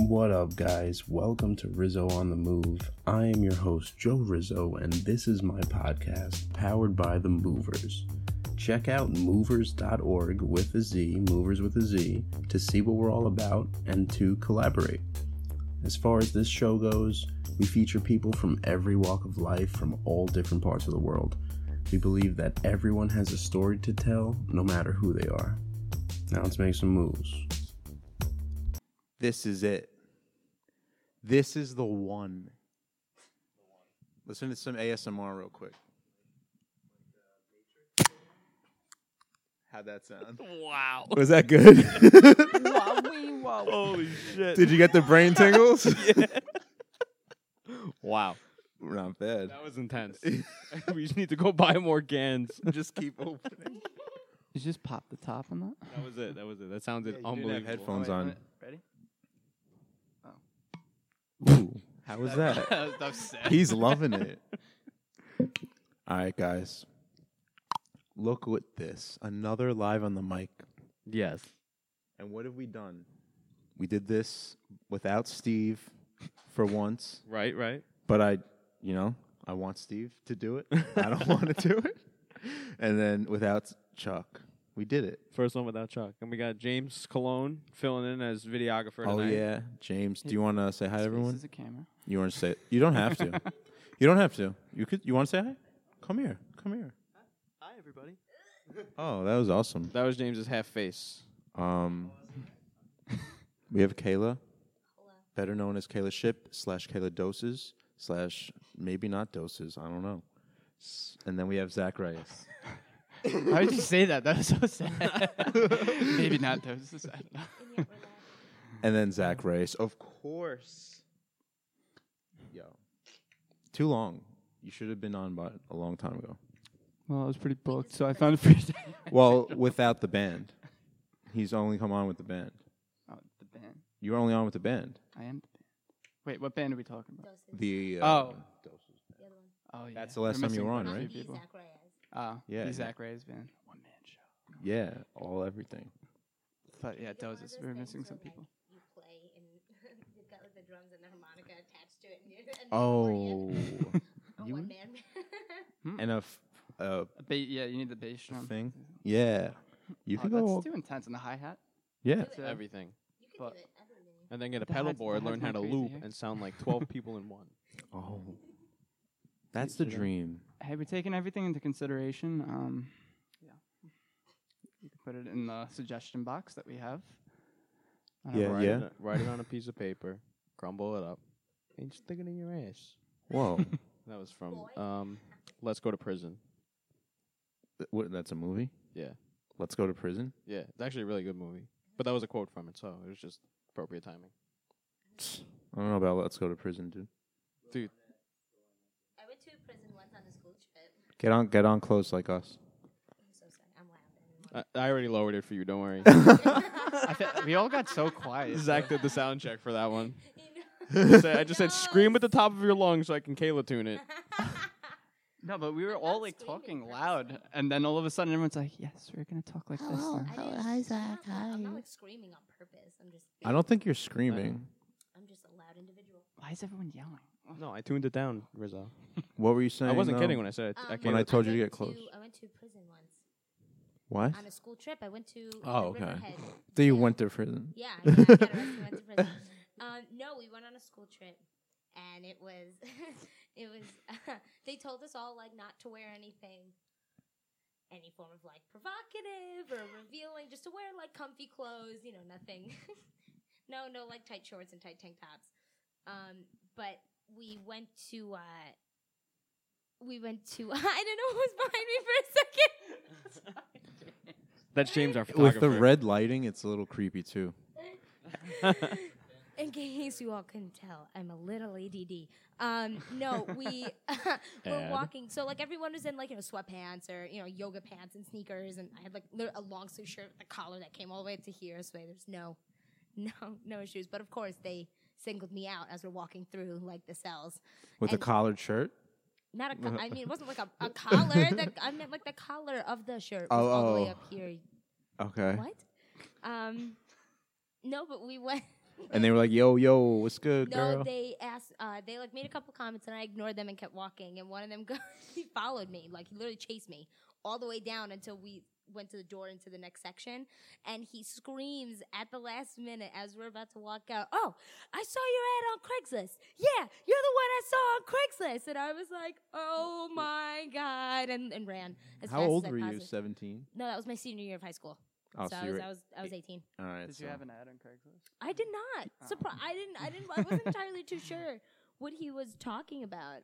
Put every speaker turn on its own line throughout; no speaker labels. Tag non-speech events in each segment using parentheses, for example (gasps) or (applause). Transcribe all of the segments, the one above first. What up, guys? Welcome to Rizzo on the Move. I am your host, Joe Rizzo, and this is my podcast powered by The Movers. Check out movers.org with a Z, movers with a Z, to see what we're all about and to collaborate. As far as this show goes, we feature people from every walk of life from all different parts of the world. We believe that everyone has a story to tell, no matter who they are. Now let's make some moves.
This is it. This is the one. Listen to some ASMR real quick. How'd that sound?
Wow.
(laughs) Was that good?
(laughs) Holy shit.
Did you get the brain tingles? (laughs)
Wow.
Not bad.
That was intense. (laughs) we just need to go buy more cans.
Just (laughs) keep opening.
You just pop the top on that?
That was it. That was it. That sounded
didn't
unbelievable.
have headphones on.
Ready?
How was (laughs) that?
(laughs) That was upset.
He's loving it. All right, guys. Look what this. Another live on the mic.
Yes.
And what have we done? We did this without Steve for once.
Right, right.
but I, you know, I want Steve to do it. I don't (laughs) want to do it. And then without Chuck, we did it.
First one without Chuck. And we got James Cologne filling in as videographer
Oh
tonight.
yeah, James, do you want to say hi to everyone?
This is a camera.
You want to say? You don't have to. you don't have to. You could. You want to say hi? Come here. Come here.
Hi, everybody.
Oh, that was awesome.
That was James's half face.
Um, we have Kayla, better known as Kayla Ship slash Kayla Doses slash maybe not Doses. I don't know. S- And then we have Zach Reyes.
How did you say that? That was so sad. (laughs) Maybe not those. I don't know.
And then Zach Race, of course. Yo, too long. You should have been on by a long time ago.
Well, I was pretty booked, so I found a free (laughs) time.
Well, without the band, he's only come on with the band.
Oh, the band.
You were only on with the band.
I am the band. Wait, what band are we talking about?
The uh,
Oh.
Doses.
Oh, yeah.
That's the last time you were on,
missing
right?
quite a few people. Oh,
Yeah,
yeah.
yeah.
The Zach Ray's band. One man show.
yeah, all everything.
But yeah, doses. We were missing some people.
you play and (laughs) you've got like the drums and the harmonica attached to it. And you're (laughs) an
Oh,
accordion, a
you would-
one-man band. (laughs)
and a, f- a
A ba- yeah, you need the bass drum.
thing. Yeah, you
Oh,
could
that's
go. all-
too intense. And the hi hat.
Yeah,
too.
Everything.
you could
But-
do it. I don't know.
And then get a
The
pedal
heads-
board,
the
learn
heads
how to
went crazy
loop,
here.
and sound like 12 people in one.
oh, that's the dream.
Have we taken everything into consideration? Um, yeah. You can put it in the suggestion box that we have. I don't
Yeah,
know.
write
yeah.
It, write it on a piece of paper, crumble it up, and just stick it in your ass.
Whoa, (laughs)
That was from um, Let's Go to Prison.
Th- what, that's a movie.
Yeah.
Let's go to prison.
Yeah, it's actually a really good movie. But that was a quote from it, so it was just appropriate timing.
I don't know about let's go to prison, dude.
Dude,
I went to prison once on a school trip.
Get on, get on close like us.
I'm so sorry. I'm loud.
I, I already lowered it for you. Don't worry.
(laughs)
I fe- we all got so (laughs) quiet.
Zach did the sound check for
(laughs)
that one.
(laughs) You
I said- I just said scream at the top of your lungs so I can Kayla tune it.
No, but we were
I'm
all
not
like
screaming
talking
purposely.
loud, and then all of a sudden everyone's like, "Yes, we're gonna talk like this."
know.
now."
I didn't-
hi, Zach.
I'm not- I'm
Hi.
not like screaming on purpose. I'm just.
Oh, I don't think you're screaming.
I'm just a loud individual.
Why is everyone yelling?
(laughs) No, I tuned it down, Rizzo.
What were you saying?
I wasn't
though?
kidding when I said I, I
Um,
When I
Kayla-
told you to
went
get close.
I went to prison once
What?
on a school trip. I went to.
Oh,
the
okay.
Riverhead.
That you went to (laughs) prison.
Yeah, yeah, I got arrested, went to prison. Um, no, we went on a school trip, and it was, (laughs) it was. (laughs) they told us all like not to wear anything, any form of like provocative or revealing, just to wear like comfy clothes. You know, nothing. (laughs) no, no, like tight shorts and tight tank tops. Um, but we went to. Uh, we went to. (laughs) I don't know who's behind me for a second.
That's James, our
With
photographer.
the red lighting, it's a little creepy too.
In case you all couldn't tell, I'm a little ADD. Um, no, we (laughs) were
Add.
walking. So like everyone was in like you know sweatpants or you know yoga pants and sneakers, and I had like lit- a long sleeve shirt with a collar that came all the way up to here. So there's no, (laughs) no, no issues. But of course they singled me out as we're walking through like the cells.
With a
And-
collared shirt.
Not a, co- I mean it wasn't like a, a collar. That, I meant like the collar of the shirt was
Oh,
all the way
oh.
up here.
Okay.
What? Um, no, but we went.
and they were like, "Yo, yo, what's good,
no,
girl?"
they asked. Uh, they like made a couple comments, and I ignored them and kept walking. And one of them (laughs) go- he followed me, like he literally chased me all the way down until we went to the door into the next section. And he screams at the last minute as we're about to walk out. Oh, I saw your ad on Craigslist. Yeah, you're the one I saw on Craigslist. And I was like, oh my god, and, and ran. As
How
fast
old
as I
were you?
possibly-
Seventeen.
No, that was my senior year of high school.
Oh,
so
so
I
you
was,
were-
I was I was eighteen.
all right.
Did
so.
you have an ad on Craigslist?
I did not.
Oh.
Surpri- I didn't. I didn't. I wasn't entirely too sure what he was talking about.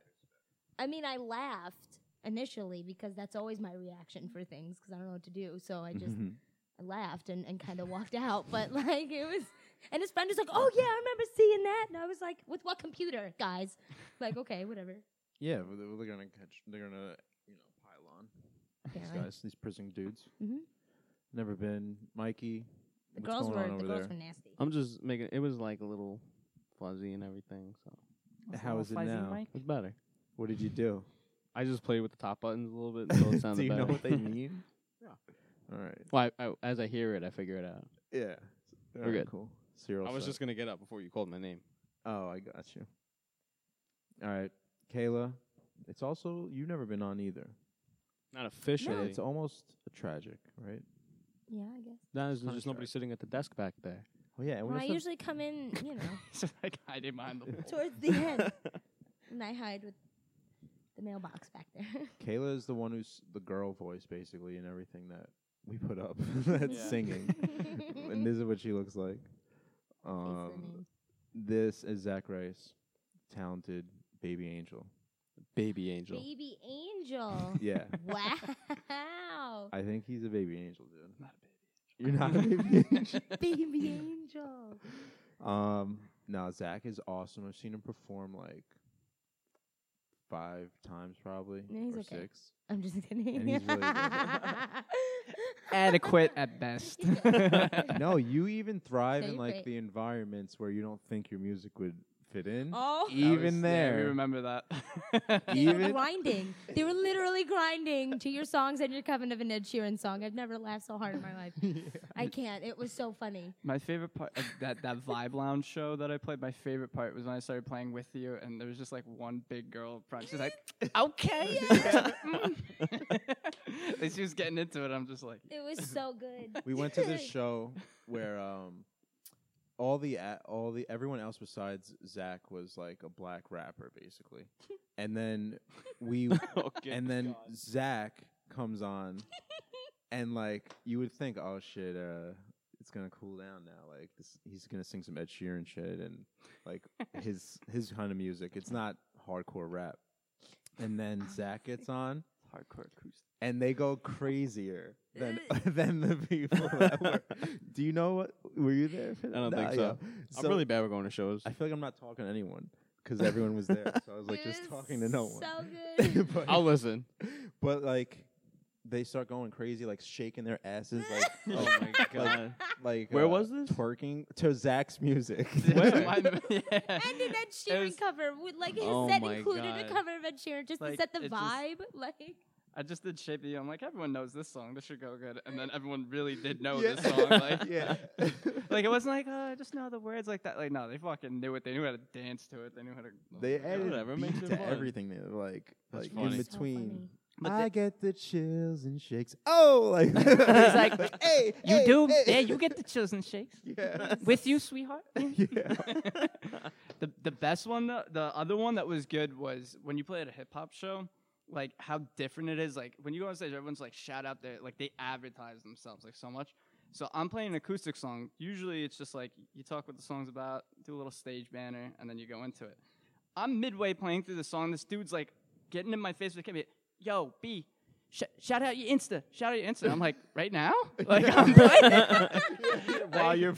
I mean, I laughed initially because that's always my reaction for things because I don't know what to do. So I just
Mhm.
I laughed and, and kind of walked out. But like it was, and his friend was like, "Oh yeah, I remember seeing that." And I was like, "With what computer, guys?" Like,
(laughs)
okay, whatever.
Yeah, well, they- well, they're gonna catch. They're gonna you know pile on these
Apparently.
guys, these prison dudes.
Mhm.
Never been, Mikey.
The
what's
girls
going
were
on
the
over
girls
there? Um,
were nasty.
I'm just making. It was like a little fuzzy and everything, so
Was
How
all
is it
fuzzy,
now?
(laughs) Mike?
it's better.
What did you do?
I just played with (laughs) the top buttons a little
(laughs)
bit until it sounded
do you
better.
know what they mean? All right.
(laughs) well, I, I, as I hear it, I figure it out.
Yeah. All
good.
Cool. So you're all
I was
set.
just gonna get up before you called my name.
Oh, I got you. All right, Kayla. It's also you've never been on either.
Not officially.
It's almost tragic, right?
Yeah, I guess.
No, there's
not
just
a
nobody
strike.
sitting at the desk back (laughs) there.
Oh yeah. and we
Well, I
also have-
usually come in, you know,
(laughs)
It's just like I didn't mind the whole.
towards the end, and I hide with the mailbox back there.
Kayla is the one who's the girl voice basically in everything that we put up (laughs) that's
Yeah.
singing. and this is what she looks like. Um, this is Zach Rice, talented baby angel.
Baby
(laughs)
angel.
Baby angel.
Yeah.
wow.
I think he's a baby angel, dude.
Not
You're not a baby (laughs) angel.
Baby angel.
Um, no, Zach is awesome. I've seen him perform like five times probably.
No, he's
or
okay.
six.
I'm just kidding.
And he's really
(laughs)
Adequate at best.
(laughs) no, you even thrive
No,
in
you're
like
great.
the environments where you don't think your music would fit in.
Oh,
That
Even
was- yeah, we
there.
remember that.
(laughs) they were
E-, Even-
grinding. They were literally grinding to your songs and your Coven of an Ed Sheeran song. I've never laughed so hard in
(laughs)
my life. I can't. It was so funny.
My favorite part of that that Vibe Lounge show that I played. My favorite part was when I started playing with you, and there was just like one big girl up front. She's
(laughs)
like, (laughs) "Okay," and she was getting into it. I'm just like,
It was so good.
we went to this show where um all the a- all the everyone else besides Zach was like a black rapper basically, and then we (laughs)
okay.
and then Zach comes
(laughs)
on, and like you would think, oh shit, uh, it's gonna cool down now. Like this, he's gonna sing some Ed Sheeran shit and
(laughs)
like his his kind of music. It's not hardcore rap. And then
Oh
Zach gets on,
hardcore acoustic. (laughs)
and they go crazier
(laughs)
than (laughs) than the people that were. Do you know what? Were you there? For that?
I don't think
yeah.
so. I'm really bad with going to shows.
I feel like I'm not talking to anyone because everyone was there. So I was (laughs) like
It
just
was
talking to no
So good.
one. (laughs) But-
(laughs)
(laughs)
I'll listen.
but like they start going crazy, like shaking their asses, like
(laughs)
oh
like-
my
like,
god.
like
Where
uh,
was this?
twerking to Zach's music.
(laughs)
(laughs)
Where?
(laughs)
My- (laughs) yeah.
and an Ed
It
Sheeran
was-
cover with like his
Oh
set
my
included
God.
a cover of Ed Sheeran just
Like,
to set the
it just-
vibe. (laughs) Like
I just did Shape of You. I'm like, everyone knows this song. This should go good. And then everyone really did know
Yeah.
this
(laughs)
song. Like,
(laughs)
yeah.
like it wasn't like, oh, I just know the words like that. Like, no, they fucking knew it. They knew how to dance to it. They knew how to.
They
Oh my God.
added
Whatever,
beat
makes it
to
fun.
everything. They were like,
That's
like
funny.
in
It's
so
between.
funny.
But
I
the-
get the chills and shakes. Oh, like
(laughs)
he's like, (laughs) hey, hey, hey."
get the chills and shakes
(laughs)
(laughs)
yeah.
with you, sweetheart.
yeah.
(laughs) the the best one, though, the other one that was good was when you play at a hip hop show. Like how different it is. Like when you go on stage, everyone's like shout out there. Like they advertise themselves like so much. So I'm playing an acoustic song. Usually it's just like you talk what the song's about, do a little stage banner, and then you go into it. I'm midway playing through the song. This dude's like getting in my face with a camera. Yo, B, sh- shout out your Insta. Shout out your Insta. I'm like, right now? Like I'm playing.
While
Like,
you're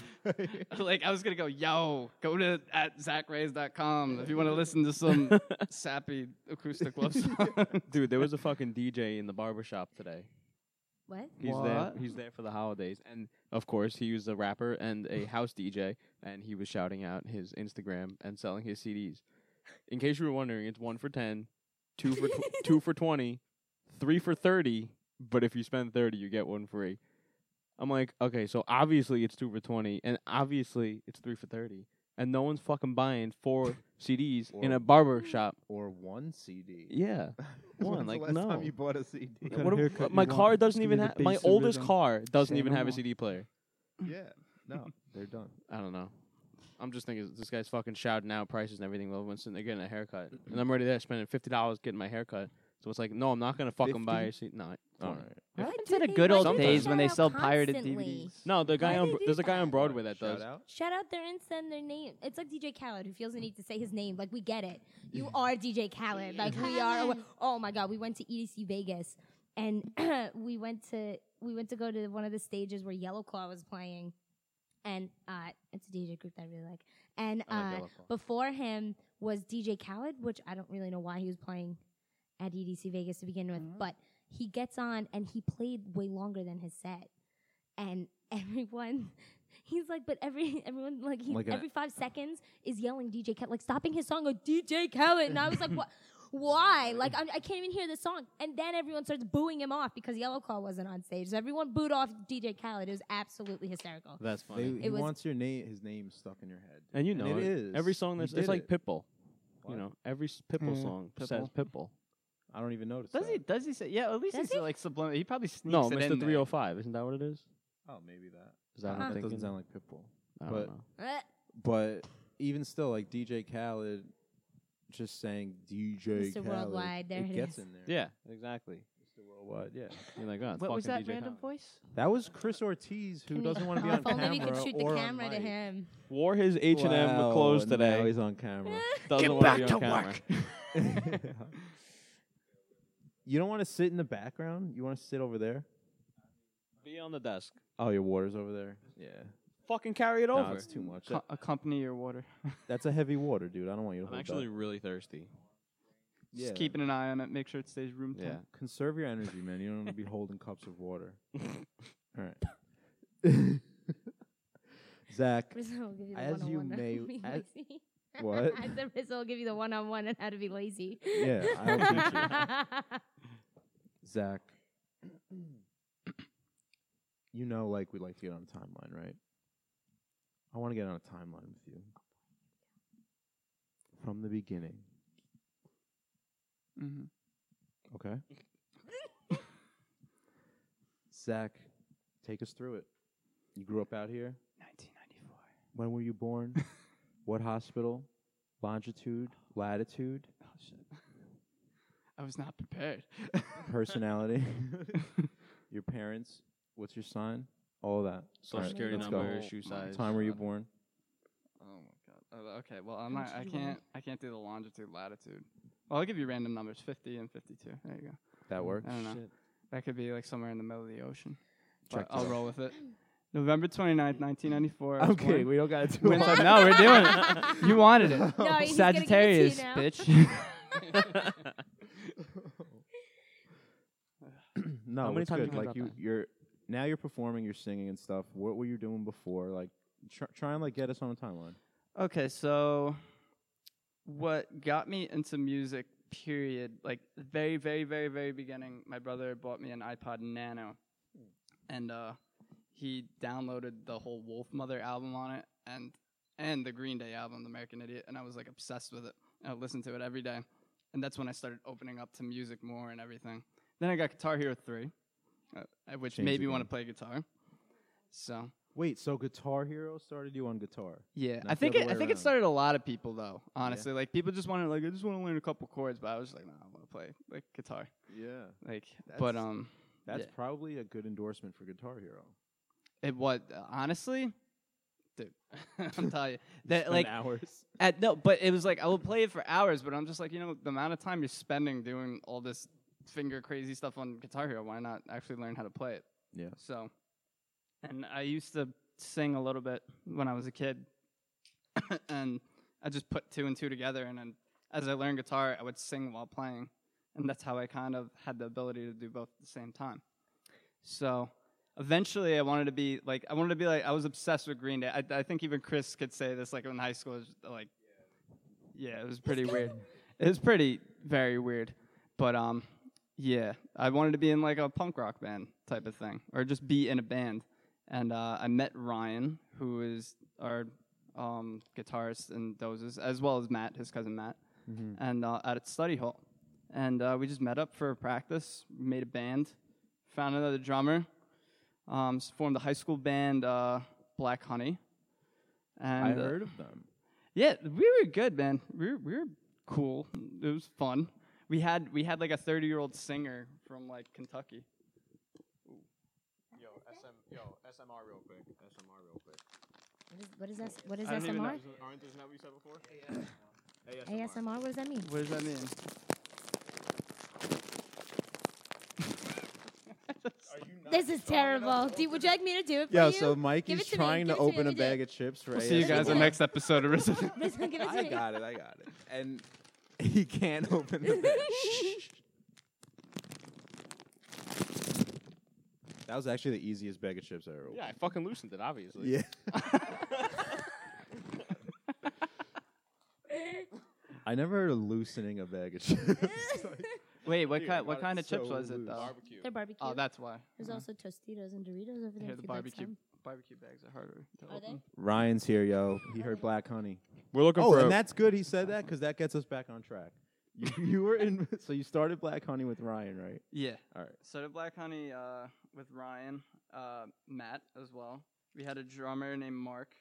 like I was gonna go, yo, go to at zachrays.com if you want to listen to some sappy acoustic love song.
Dude, there was a fucking DJ in the barber shop today.
what?
He's there.
What?
He's there for the holidays, and of course, he was a rapper and a house DJ, and he was shouting out his Instagram and selling his CDs. In case you were wondering, it's one for ten, two for tw- (laughs) two for twenty, three for thirty. But if you spend thirty, you get one free. I'm like, okay, so obviously it's two for twenty, and obviously it's three for thirty, and no one's fucking buying (laughs) four CDs in
Or-
a barber shop.
Or one CD.
(laughs) Yeah,
When's
one,
the
like,
last
no.
time you bought a CD?
Yeah,
kind
what
of
do-
haircut
my
you want.
car
Just
doesn't
give
even
me the
have my
bass and
oldest
rhythm.
car doesn't
Say
even
no
have a
more.
CD player.
yeah. No, they're done.
I don't know. I'm just thinking this guy's fucking shouting out prices and everything. Well, once they're getting a haircut, and I'm already there spending fifty dollars getting my haircut. So it's like, no, I'm not gonna fucking buy a CD. No,
All
20.
right.
I
What
to
do
the
they
good
like
old
to
days
shout
when they
out
sell pirated
constantly?
DVDs.
no, the guy
Why
on
they
Bro-
do
there's a guy on
that?
Broadway that
Shout
does.
out.
Shout out their insta and their name. It's like DJ Khaled who feels the need to say his name. Like we get
Mm.
it.
(laughs)
You are DJ Khaled. Like we are. awa- Oh my God, we went to EDC Vegas and (clears throat) we went to we went to go to one of the stages where Yellow Claw was playing, and uh, it's a DJ group that I really like. And
Oh
I like
uh,
Yellow Claw.
before him was DJ Khaled, which I don't really know why he was playing at EDC Vegas to begin with,
Mm-hmm.
but he gets on and he played way longer than his set, and (laughs) everyone. (laughs) He's like, but every everyone like he
Like an-
every five seconds is yelling DJ Khaled, like stopping his song, go DJ Khaled, and I
(laughs)
was like, what? Why? Like I, I can't even hear the song. And then everyone starts booing him off because Yellow Claw wasn't on stage. So everyone booed off DJ Khaled. It was absolutely hysterical.
That's
They,
funny.
he
was-
wants your name, his name stuck in your head.
and you know
it
it.
is.
every song
You
that's
did
it's like
it.
Pitbull.
What? Hmm.
You know every s- Pitbull
Yeah,
song says Pitbull.
I don't even notice.
Does
that.
he? Does he say? Yeah, at least
Does
he's
he?
like subliminal. He probably sneaks
No,
it in there.
Mr. 305. Isn't that what it is?
Oh, maybe that.
Is that what
Uh-huh.
I'm
That
thinking?
doesn't sound like Pitbull.
I don't
but-
know.
Uh,
But even still, like DJ Khaled, just saying DJ
Mr.
Khaled,
Worldwide, there
it
it
gets
is.
in there.
Yeah, exactly.
Mr. Worldwide, yeah.
You're like, oh, it's
What was that
fucking DJ
random
Khaled.
voice?
That was Chris Ortiz, who
can we-
doesn't want to be
(laughs) oh,
on
if only
camera
we could shoot the
or on
camera to
mic.
him.
Wore his H and M
Wow,
clothes
Now
today.
he's on
(laughs)
camera. (laughs)
Doesn't want to be on camera.
you don't want to sit in the background. You want to sit over there.
(laughs) Be on the desk.
Oh, your water's over there. Yeah.
Fucking carry it
No,
over.
it's too much.
Co- accompany your water.
That's a heavy water, dude. I don't want you to
I'm
hold
actually
that.
really thirsty.
Yeah.
Just keeping an eye on it. Make sure it stays room
Yeah.
temp.
Conserve your energy, man. You don't
(laughs)
want to be holding cups of water. All
(laughs)
right. Zach,
(laughs) Rizzo will give you the
As you
one-on-one on
may-
how to be
as-
lazy.
(laughs)
(laughs)
what?
I said Rizzo will give you the one on one on how to be lazy.
Yeah, I'll Zach, (clears throat) you know, like we like to get on a timeline, right? I want to get on a timeline with you from the beginning.
Mm-hmm.
(laughs)
Okay. Zach, take us through it. You grew up out here.
1994.
When were you born? (laughs) what hospital? Longitude, latitude,
Oh shit. (laughs) I was not prepared. Oh,
personality, (laughs) your parents, what's your sign, all that.
Social
Alright,
security
let's go.
number, shoe size.
Time were you
God.
born?
Oh my god. Uh, okay. Well, I'm not, I can't. I can't do the longitude, latitude. Well, I'll give you random numbers: 50 and 52. There you go.
That works.
I don't know. That could be like somewhere in the middle of the ocean. But
Check this
I'll
out.
roll with it. November 29th, 1994. I was
Okay,
born.
we don't
(laughs)
got to do
Wait,
it.
(laughs)
so- no, we're doing it. You wanted it.
No, he's gonna give it to you
Sagittarius,
now.
bitch.
no,
How many
it's
times you
good.
gonna
Like
drop
you,
that?
you're now you're performing, you're singing and stuff. What were you doing before? Like, tr- try and like get us on a timeline.
okay, so what got me into music, period, like the very, very, very, very beginning, my brother bought me an iPod Nano. And uh, he downloaded the whole Wolf Mother album on it and and the Green Day album, The American Idiot, and I was like obsessed with it. And I listened to it every day. And that's when I started opening up to music more and everything. Then I got Guitar Hero 3, uh, uh, which
Changed
made
the
me want to
game.
play guitar. So
Wait, so Guitar Hero started you on guitar?
yeah,
Not
I
the
think
other
it,
way
I think it
around.
started a lot of people though. Honestly, like people just wanted like I just want to learn a couple chords, but I was like, no, I want to play like guitar.
Yeah,
Like, but
That's-
um,
that's
Yeah.
probably a good endorsement for Guitar Hero.
it what honestly, dude, (laughs) I'm telling you that
Spend
Eh, like
hours.
at no, but it was like I would play it for hours, but I'm just like you know the amount of time you're spending doing all this finger crazy stuff on Guitar Hero, why not actually learn how to play it?
Yeah.
So, and I used to sing a little bit when I was a kid, (coughs) and I just put two and two together, and then as I learned guitar, I would sing while playing, and that's how I kind of had the ability to do both at the same time. So. Eventually, I wanted to be like I wanted to be like I was obsessed with Green Day. I, I think even Chris could say this like in high school, it was like yeah, it was pretty weird. It was pretty very weird, but um, yeah, I wanted to be in like a punk rock band type of thing, or just be in a band. and uh, I met Ryan, who is our um, guitarist in Dozes, as well as Matt, his cousin Matt,
Mm-hmm.
and uh, at study hall, and uh, we just met up for practice, made a band, found another drummer, um, s- formed the high school band uh, Black Honey. And
I
uh,
heard of them.
yeah, we were good, man. We were, we were cool. It was fun. We had we had like a thirty year old singer from like Kentucky.
Yo, SM, yo, SMR real quick. SMR real quick.
(laughs) What is, what is S- what is
I don't even
SMR?
Aren't isn't that what you said before?
ASMR. What does that mean?
What does that mean?
This is terrible. Do, would you like me to do it for
Yeah,
you? (laughs)
so Mike
Give
is
it to me,
trying
give
to
it to me,
open
we
a
did
bag
it.
of chips right
We'll see you guys on
Yeah.
next episode of Risen.
Please don't give it to
(laughs) I
me.
got it, I got it. And (laughs) he can't open the
(laughs)
bag. Shh. That was actually the easiest bag of chips I ever opened.
(laughs) Yeah, I fucking loosened it, obviously.
Yeah.
(laughs)
I never heard of loosening a bag of chips.
Wait, what
Dude, I
kind what
got
kind of chips
so
was it
loose.
though?
Barbecue.
They're barbecue.
oh, that's why.
There's
Uh,
also Tostitos and Doritos over
here
there. if
the
you'd like
barbecue
some.
barbecue bags are harder. To
Are they?
open.
Ryan's here, yo. He heard Black Honey.
We're looking
Oh,
for.
and that's good. He said that because that gets us back on track. You, you were in, (laughs) so you started Black Honey with Ryan, right?
Yeah.
All right.
So did Black Honey uh, with Ryan, uh, Matt as well. We had a drummer named Mark.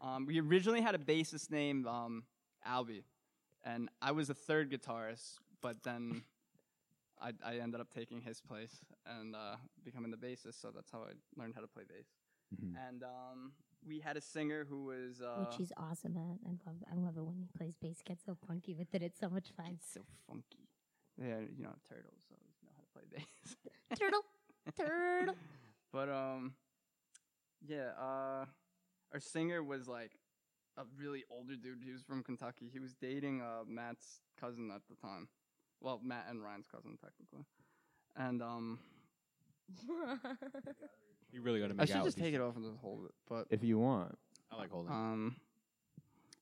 Um, we originally had a bassist named um, Albie, and I was the third guitarist, but then I, I ended up taking his place and uh, becoming the bassist. So that's how I learned how to play bass.
Mhm.
And um, we had a singer who was uh,
Which he's awesome at. I love, I love it when he plays bass, gets so funky with it. It's so much fun.
so funky. Yeah, you know turtles, so you know how to play (laughs) bass. (laughs)
Turtle, turtle. (laughs)
But um, yeah, uh, our singer was like a really older dude. He was from Kentucky. He was dating uh, Matt's cousin at the time. Well, Matt and Ryan's cousin technically. And um,
you really got to
I
make
should
out.
just take it off and just hold it. But
If you want.
I like holding.
um,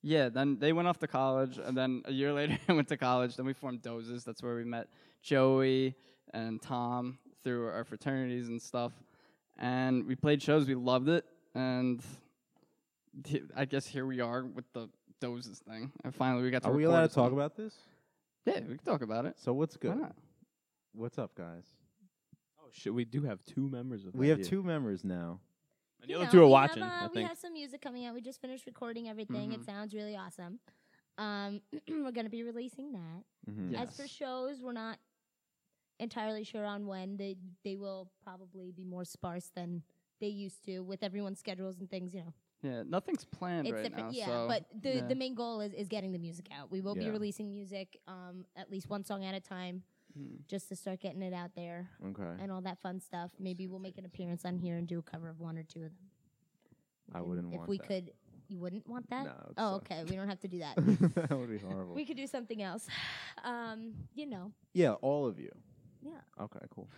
yeah. Then they went off to college, and then a year (laughs) later I went to college. Then we formed Dozes. That's where we met Joey and Tom through our fraternities and stuff. And we played shows. We loved it. And th- I guess here we are with the Dozes thing. And finally, we got to.
Are we
record
allowed
a
to talk
song.
about this?
Yeah, we can talk about it.
So what's
Why
good?
not?
What's up, guys?
Oh shit, we do have two members of.
We have
two.
two members now.
And the
You
other
know,
two are
we
watching.
Have, uh,
I
We
think. (laughs)
have some music coming out. We just finished recording everything. It
Mhm.
sounds really awesome. Um, (clears throat) we're going to be releasing that.
Mhm.
As for
Yes.
shows, we're not entirely sure on when. They they will probably be more sparse than they used to with everyone's schedules and things, you know.
Yeah, nothing's planned right
different,
now.
yeah.
so
but the,
yeah.
the main goal is, is getting the music out. We will be
Yeah.
releasing music, um, at least one song at a time,
Mhm.
just to start getting it out there
Okay.
and all that fun stuff. Maybe we'll make an appearance on here and do a cover of one or two of them.
I
And
wouldn't
if
want
we
that.
could. You wouldn't want that.
No, it would
oh,
suck. (laughs)
okay. We don't have to do that.
that (laughs) would be horrible.
we could do something else. Um, you know.
yeah, all of you.
Yeah.
Okay,
(laughs)
cool.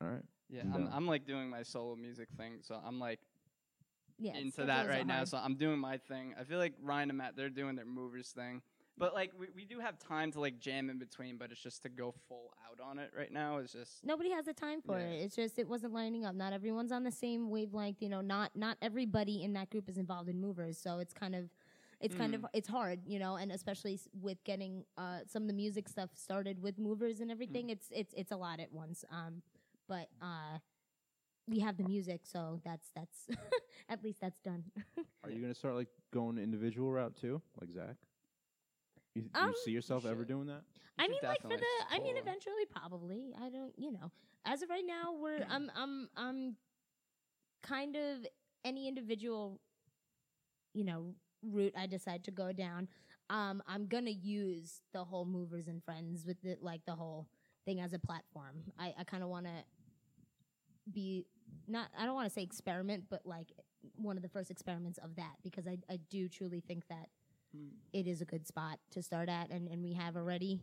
All right.
yeah,
No.
I'm, I'm like doing my solo music thing. So I'm like
Yeah.
into
schedules
that
are
right now,
hard.
so I'm doing my thing. I feel like Ryan and Matt, they're doing their movers thing. But like we, we do have time to like jam in between, but it's just to go full out on it right now is just
nobody has the time for
Yeah.
it. It's just it wasn't lining up. Not everyone's on the same wavelength. You know, not not everybody in that group is involved in movers, so it's kind of it's kind of it's hard, you know, and especially s- with getting uh, some of the music stuff started with movers and everything, it's it's it's a lot at once. Um, but uh, we have the music, so that's that's (laughs) at least that's done.
Are you gonna start like going individual route too, like Zach? You, you
Um,
see yourself ever
should.
doing that?
I
should
mean, like for
definitely
the, I mean,
explore.
eventually, probably. I don't, you know. As of right now, we're, I'm, I'm, I'm, kind of any individual, you know, route I decide to go down. Um, I'm gonna use the whole movers and friends with the like the whole thing as a platform. I, I kind of want to be not. I don't want to say experiment, but like one of the first experiments of that because I, I do truly think that
Hmm.
it is a good spot to start at and, and we have already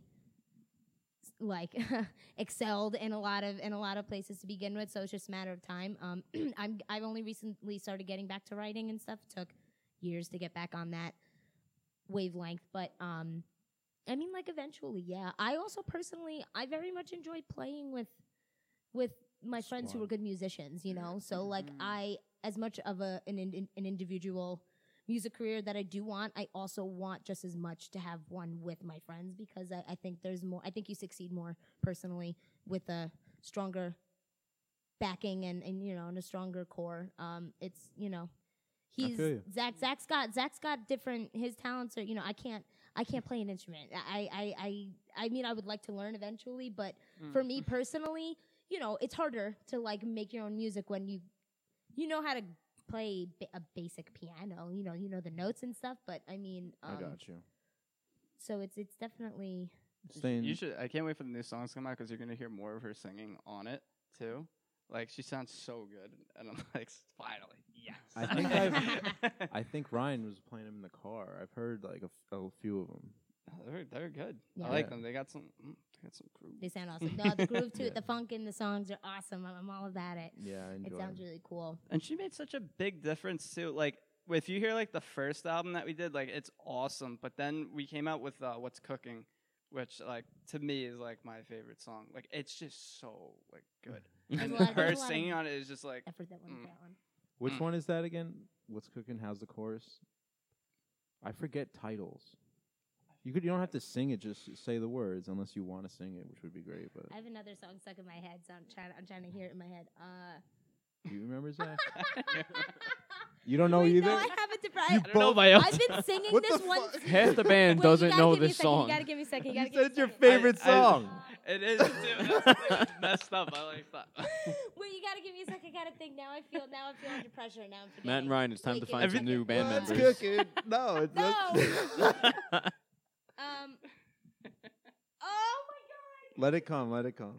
s- like (laughs) excelled in a lot of in a lot of places to begin with so it's just a matter of time um (clears throat) i'm i've only recently started getting back to writing and stuff took years to get back on that wavelength but um i mean like eventually yeah i also personally i very much enjoy playing with with my friends who
Smart.
were good musicians, you know. So like
Mhm.
I, as much of a an in, an individual music career that I do want, I also want just as much to have one with my friends because I, I think there's more. I think you succeed more personally with a stronger backing and and you know and a stronger core. Um, it's you know. He's
feel you.
Zach. Zach's got Zach's got different. His talents are you know I can't I can't play an instrument. I I I I mean I would like to learn eventually, but
Hmm.
for me personally, you know, it's harder to like make your own music when you you know how to play ba- a basic piano. You know, you know the notes and stuff. But I mean, um,
I got you.
so it's it's definitely
Staying.
You should. I can't wait for the new songs to come out because you're gonna hear more of her singing on it too. Like she sounds so good, and I'm (laughs) like, finally, yes.
I think
(laughs)
I've- I think Ryan was playing him in the car. I've heard like a, f- a few of them.
they're they're good.
Yeah.
I like
Yeah.
them. They got some. Mm, they got some groove.
they
(laughs)
sound awesome. No, the groove to
Yeah.
it, the funk in the songs are awesome. I'm, I'm all about it.
Yeah, I enjoy.
It
'em.
sounds really cool.
And she made such a big difference too. Like if you hear like the first album that we did, like it's awesome. But then we came out with uh, "What's Cooking," which like to me is like my favorite song. Like it's just so like good.
(laughs) There's
And
a lot- there's
her
a lot of
singing on it is just like
Effort that went
Mm.
into that one.
Which one is that again? What's cooking? How's the chorus? I forget titles. You could. You don't have to sing it. Just say the words, unless you want to sing it, which would be great. But
I have another song stuck in my head, so I'm trying. I'm trying to hear it in my head.
(laughs)
Uh,
do you remember
(laughs)
Zach?
(laughs)
You don't know
wait,
either.
No, I have it. depri-
You
I-
both- know my own
I've
(laughs)
been singing
What
this
the
one.
fuck?
(laughs) Half the band
(laughs) Wait,
doesn't
you gotta
know
give me a
this
second,
song.
You gotta give me a second. You
You
gotta give me
said
a
it's your
second.
favorite
I- I-
song.
(laughs) it is too. That's, like, messed up. I like that. (laughs)
(laughs) Wait, you gotta give me a second. I gotta think. Now I feel. Now I'm feeling under pressure. Now I'm forgetting.
Matt and Ryan, it's time to
Wait,
find
give me
some
a second.
new band
What's
members.
cooking? No, it's
No.
that's-
Um. Oh my
(laughs)
god.
let it come. Let it come.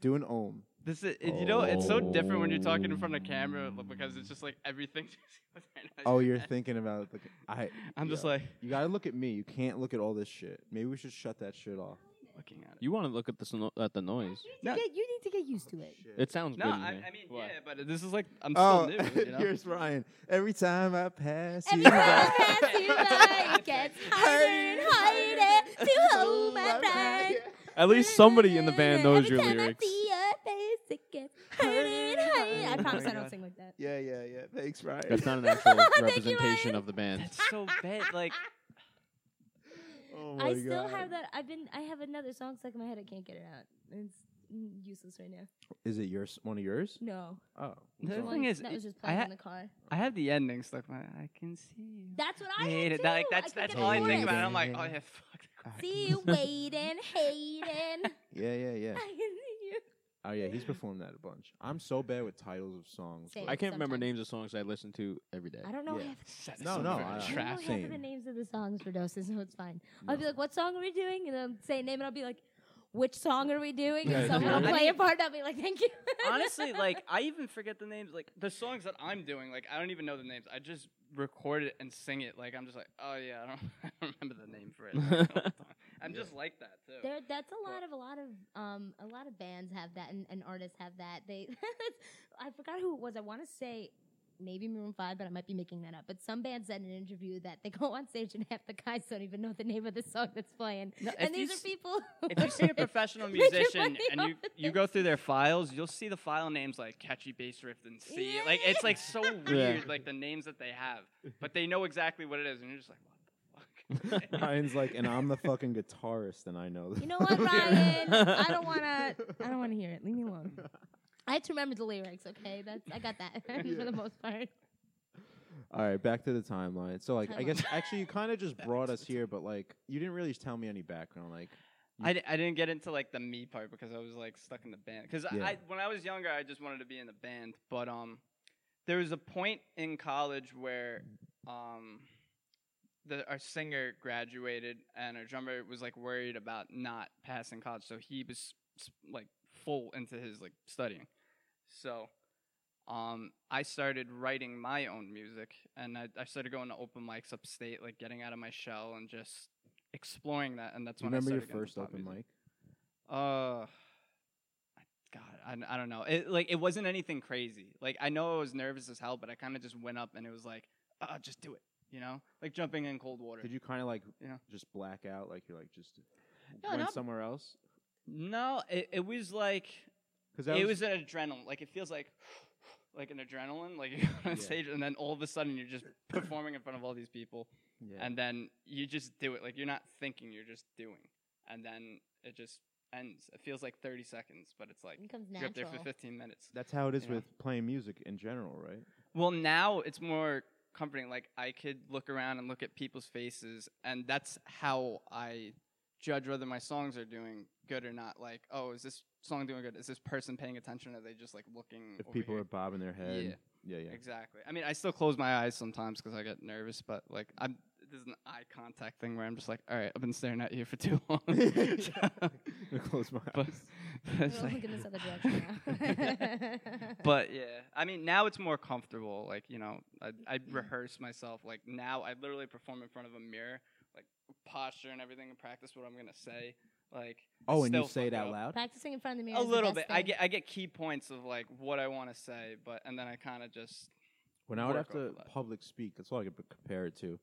Do an ohm.
This is, it- you know, it's so different when you're talking in front of camera l- because it's just like everything. (laughs)
Oh, you're thinking about the. I.
I'm just
yo,
like
You gotta look at me. You can't look at all this shit. Maybe we should shut that shit off.
looking at it.
You want to look at the sno- at the noise?
You need,
No.
to get, you need to get used to it.
It sounds
No,
good. in
I,
here.
I mean,
What?
yeah, but this is like I'm
Oh,
still
(laughs)
new. You know?
here's Ryan. Every time I pass
Every
you
time I
by-
pass
(laughs)
you by, it (laughs) gets harder and harder to hold my pride.
At least somebody in the
(laughs)
band knows your
Every time
lyrics.
I see your face, it gets (laughs) harder and harder. I
Oh
promise
my
I
(laughs)
God.
don't sing like that.
Yeah, yeah, yeah. Thanks, Ryan.
That's not
(laughs)
an actual
Thank you,
representation
Ryan.
of the band.
That's so bad. Like
(laughs) oh my
I still
God.
have that. I've been. I have another song stuck in my head. I can't get it out. It's mm, useless right now.
Is it yours? One of yours?
No.
Oh.
The
what's
other
wrong?
thing is,
that
it-
was just
I
playing
ha-
in the car.
I have the ending stuck. My I can see you.
That's what I
Hate
had
it.
too.
That- like, that's
I couldn't
that's
get
all I
the
think
chorus.
about.
(laughs)
I'm like, oh yeah, fuck.
See you waiting, hating.
Ah, yeah, yeah, yeah.
(laughs) I can see you.
Oh yeah, he's performed that a bunch. I'm so bad with titles of songs.
Same.
but-
I can't remember
Sometimes.
names of songs I listen to every day.
I don't know
Yeah.
half.
Set
No,
some
no,
sort of
Uh,
I- I-
I
trap.
don't know half of the
Same.
names of the songs for doses, so it's fine. I'll be
No.
like, "What song are we doing?" And I'll say a name, and I'll be like, "Which song are we doing?" And
Yeah,
someone
yeah.
will
I
play a
mean-
part. and I'll be like, "Thank you."
(laughs)
(laughs)
Honestly, like I even forget the names. Like the songs that I'm doing, like I don't even know the names. I just record it and sing it. Like I'm just like, oh yeah, I don't, (laughs) I don't remember the name for it. I'm just like that too.
There, that's a lot of a lot of um a lot of bands have that and, and artists have that. They (laughs) I forgot who it was. I want to say maybe Maroon Five, but I might be making that up. But some bands said in an interview that they go on stage and half the guys don't even know the name of the song that's playing.
No, if
and
you
these
s-
are people. who
if you see a
are-
professional
Make your
musician
money
and you,
off of
you go through their files, you'll see the file names like catchy bass riff and C. Like it's like so weird, like the names that they have, but they know exactly what it is, and you're just like, what the
(laughs)
fuck? (laughs)
Ryan's like, and I'm the fucking guitarist, and I know.
you
(laughs)
know what, Ryan? I don't wanna. I don't wanna hear it. Leave me alone. I had to remember the lyrics. Okay, that's I got that (laughs) for the most part.
All right, back to the timeline. So, like, I guess
Timeline.
actually you kind of
(laughs)
just
Back
brought
to
us
the
here, but like, you didn't really tell me any background. Like,
I, di- I didn't get into like the me part because I was like stuck in the band. Because
Yeah.
I when I was younger, I just wanted to be in the band. But um, there was a point in college where um, the, our singer graduated and our drummer was like worried about not passing college, so he was s- like full into his like studying. So um, I started writing my own music, and I, I started going to open mics upstate, like getting out of my shell and just exploring that. And that's
do you
when
remember
I
your
started getting into
first
pop
open
music.
mic?
Uh, God, I, d- I don't know. It like it wasn't anything crazy. Like I know I was nervous as hell, but I kind of just went up and it was like, uh, just do it. You know, like jumping in cold water.
Did you kind of like
Yeah.
just black out? Like, you're like just
No,
went
not-
somewhere else?
No, it, it was like
Because
It was an adrenaline. Like it feels like (sighs) like an adrenaline. Like (laughs) you're on
Yeah.
stage, and then all of a sudden you're just (coughs) performing in front of all these people,
yeah.
and then you just do it. Like you're not thinking, you're just doing, and then it just ends. It feels like 30 seconds, but it's like
It comes
you're up there
natural.
for 15 minutes.
that's how it is
you know.
with playing music in general, right?
Well, now it's more comforting. Like I could look around and look at people's faces, and that's how I judge whether my songs are doing good or not. Like, oh, is this song doing good? Is this person paying attention? Are they just like looking?
If
over
people
here?
are bobbing their head. Yeah, yeah.
(laughs) exactly. I mean, I still close my eyes sometimes because I get nervous, but like I'm. There's an eye contact thing where I'm just like, all right, I've been staring at you for too (laughs) long.
I (laughs) close my
but,
eyes.
it's
We're all
like-
looking this other direction now.
but (laughs) yeah, I mean, now it's more comfortable. Like you know, I, I
Mm.
rehearse myself. Like now, I literally perform in front of a mirror, like posture and everything, and practice what I'm gonna say. Like I
Oh, and you
still
say it
fuck
out
up.
loud.
(laughs) practicing in front of the mirror.
a
is the
little bit.
best
I
thing.
get I get key points of like what I want to say, but and then I kind of just
When I would
work
have to
off of that.
public speak, that's all I could p- compare it to.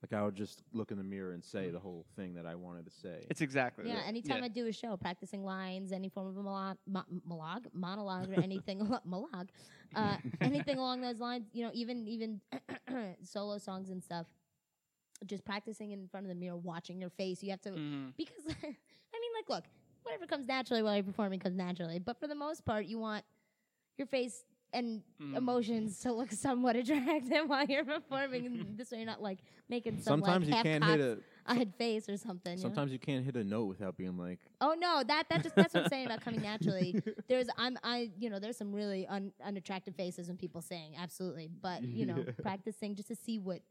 Like I would just look in the mirror and say the whole thing that I wanted to say.
Mm. it's exactly
Yeah,
that.
anytime I do a show, practicing lines, any form of a monologue, monologue,
(laughs)
monologue or anything, al- monologue, uh, anything along those lines. You know, even even (clears throat) solo songs and stuff. Just practicing in front of the mirror, watching your face. You have to
Mhm.
because (laughs) I mean, like, look, whatever comes naturally while you're performing comes naturally. But for the most part, you want your face and
Mm.
emotions to look (laughs) somewhat attractive while you're
(laughs)
performing. and this way, you're not like making some
sometimes
like,
you can't hit a.
eyed face or something. you know?
Sometimes you can't hit a note without being like.
Oh no, that that just that's what I'm saying about
(laughs)
coming naturally. There's I'm I you know there's some really un, unattractive faces when people sing absolutely, but you know
Yeah.
practicing just to see what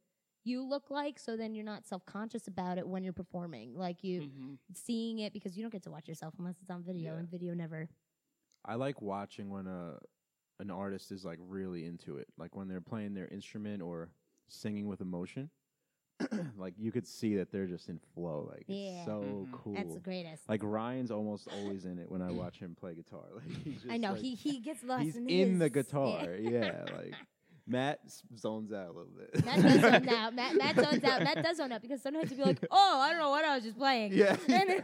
you look like, so then you're not self conscious about it when you're performing. Like you
Mhm.
seeing it because you don't get to watch yourself unless it's on video,
Yeah.
and video never.
I like watching when a an artist is like really into it, like when they're playing their instrument or singing with emotion. (clears throat) like you could see that they're just in flow. Like
Yeah.
it's so
Mhm.
cool.
Mm-hmm. That's the greatest.
Like Ryan's almost always in it when I watch him play guitar. (laughs) Like he's just
I know
like,
he he gets lost.
he's
in,
in the
his-
guitar.
(laughs)
(laughs) Yeah, like Matt s- zones out a little bit. (laughs)
Matt does zone out. Matt, Matt zones out. Matt does zone out because sometimes he'll be like, "Oh, I don't know what I was just playing."
Yeah.
(laughs) and then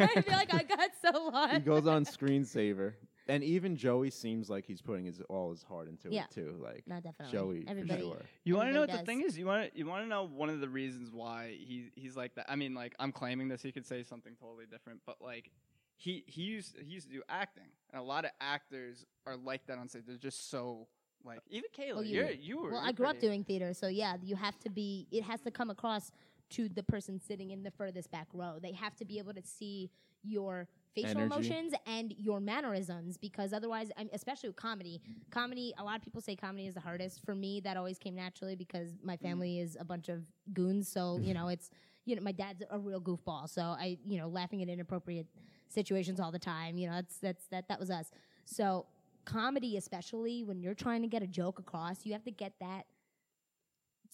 I feel like I got so lost.
He goes on screensaver, and even Joey seems like he's putting his all his heart into
Yeah.
it too. Like
No, definitely.
Joey,
Everybody.
for sure.
You want to know what
Everybody
the thing is? You want to you want to know one of the reasons why he he's like that. I mean, like I'm claiming this. He could say something totally different, but like he he used he used to do acting, and a lot of actors are like that on stage. They're just so like even Kayla.
Oh, yeah.
you're, you were
Well,
you're
I grew up
pretty-
doing theater, so yeah, you have to be. It has to come across to the person sitting in the furthest back row. They have to be able to see your facial
Energy.
emotions and your mannerisms, because otherwise, I mean, especially with comedy, comedy. A lot of people say comedy is the hardest. For me, that always came naturally because my family is a bunch of goons. So you know, it's you know, my dad's a real goofball. So I, you know, laughing at inappropriate situations all the time. You know, that's that's that that was us. So comedy, especially when you're trying to get a joke across, you have to get that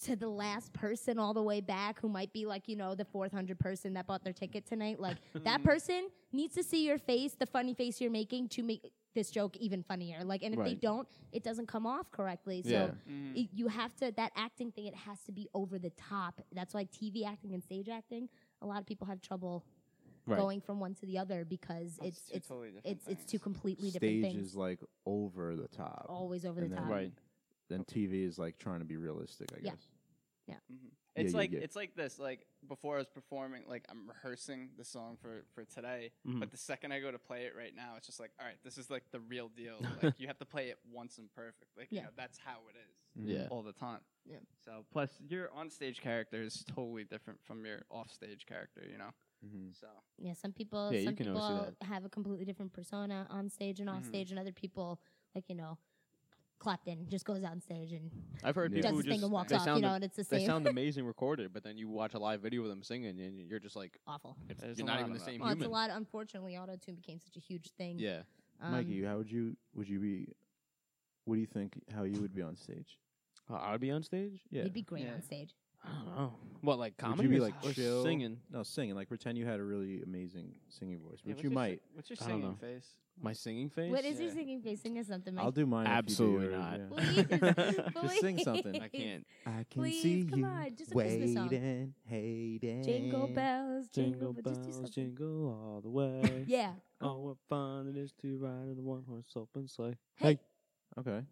to the last person all the way back who might be like, you know, the 400 person that bought their ticket tonight. Like
Mm.
that person needs to see your face, the funny face you're making to make this joke even funnier. Like, and if they
Right.
don't, it doesn't come off correctly. So
Yeah.
Mhm.
it, you have to that acting thing it has to be over the top that's why tv acting and stage acting a lot of people have trouble
Right.
going from one to the other because
Oh,
it's
two
it's
totally different
it's it's two
things.
completely different
Stage
things
is like over the top.
always over the
and then-
top
Right. Then TV is like trying to be realistic. I
Yeah.
guess. Yeah,
It's
yeah,
like
yeah.
it's like this. Like before I was performing, like I'm rehearsing the song for for today.
Mhm.
But the second I go to play it right now, it's just like, all right, this is like the real
(laughs)
deal. like you have to play it once and perfect. Like you
Yeah.
know, that's how it is.
Mhm.
Yeah.
all the time.
Yeah.
So plus your on stage character is totally different from your off stage character. You know.
Mhm.
So
yeah some people
Yeah, you
some
can always see
people have a completely different persona on stage and
Mm-hmm.
off
Mhm.
stage and other people like you know clapton just goes on stage and
I've heard
Yeah.
does
people who
his
just
thing and walks
they
off
sound
you
a-
know and it's the
they
same (laughs)
sound amazing recorded, but then you watch a live video of them singing, and you're just like,
awful
it's,
There's
you're
a
not
lot
even the
of that.
same
well it's a
human.
lot unfortunately auto tune became such a huge thing
yeah,
Um,
Mikey, how would you would you be? What do you think? How you would be on stage?
Uh, I would be on stage.
Yeah.
he'd be great
Yeah.
on stage
I don't know. What like
would
comedy
you be
or
like
s- or
chill?
singing?
No, singing. Like pretend you had a really amazing singing voice,
Yeah,
which
what's
you
your si-
might.
what's your
I don't
singing
know.
face?
My singing face.
What is your
Yeah.
singing face? Sing us something, Mike.
I'll do mine.
Absolutely
if you do
not.
yours,
please, please.
(laughs)
Just sing something.
I can't.
(laughs)
yeah. I can
Please,
see
come
you
on, just a Christmas song.
waiting, hating.
Jingle Jingle
Mm.
bells, jingle,
Jingle
but just do
bells,
something.
jingle all the way.
(laughs) Yeah.
Oh, what fun it is to ride in the one horse open sleigh.
Hey.
Okay.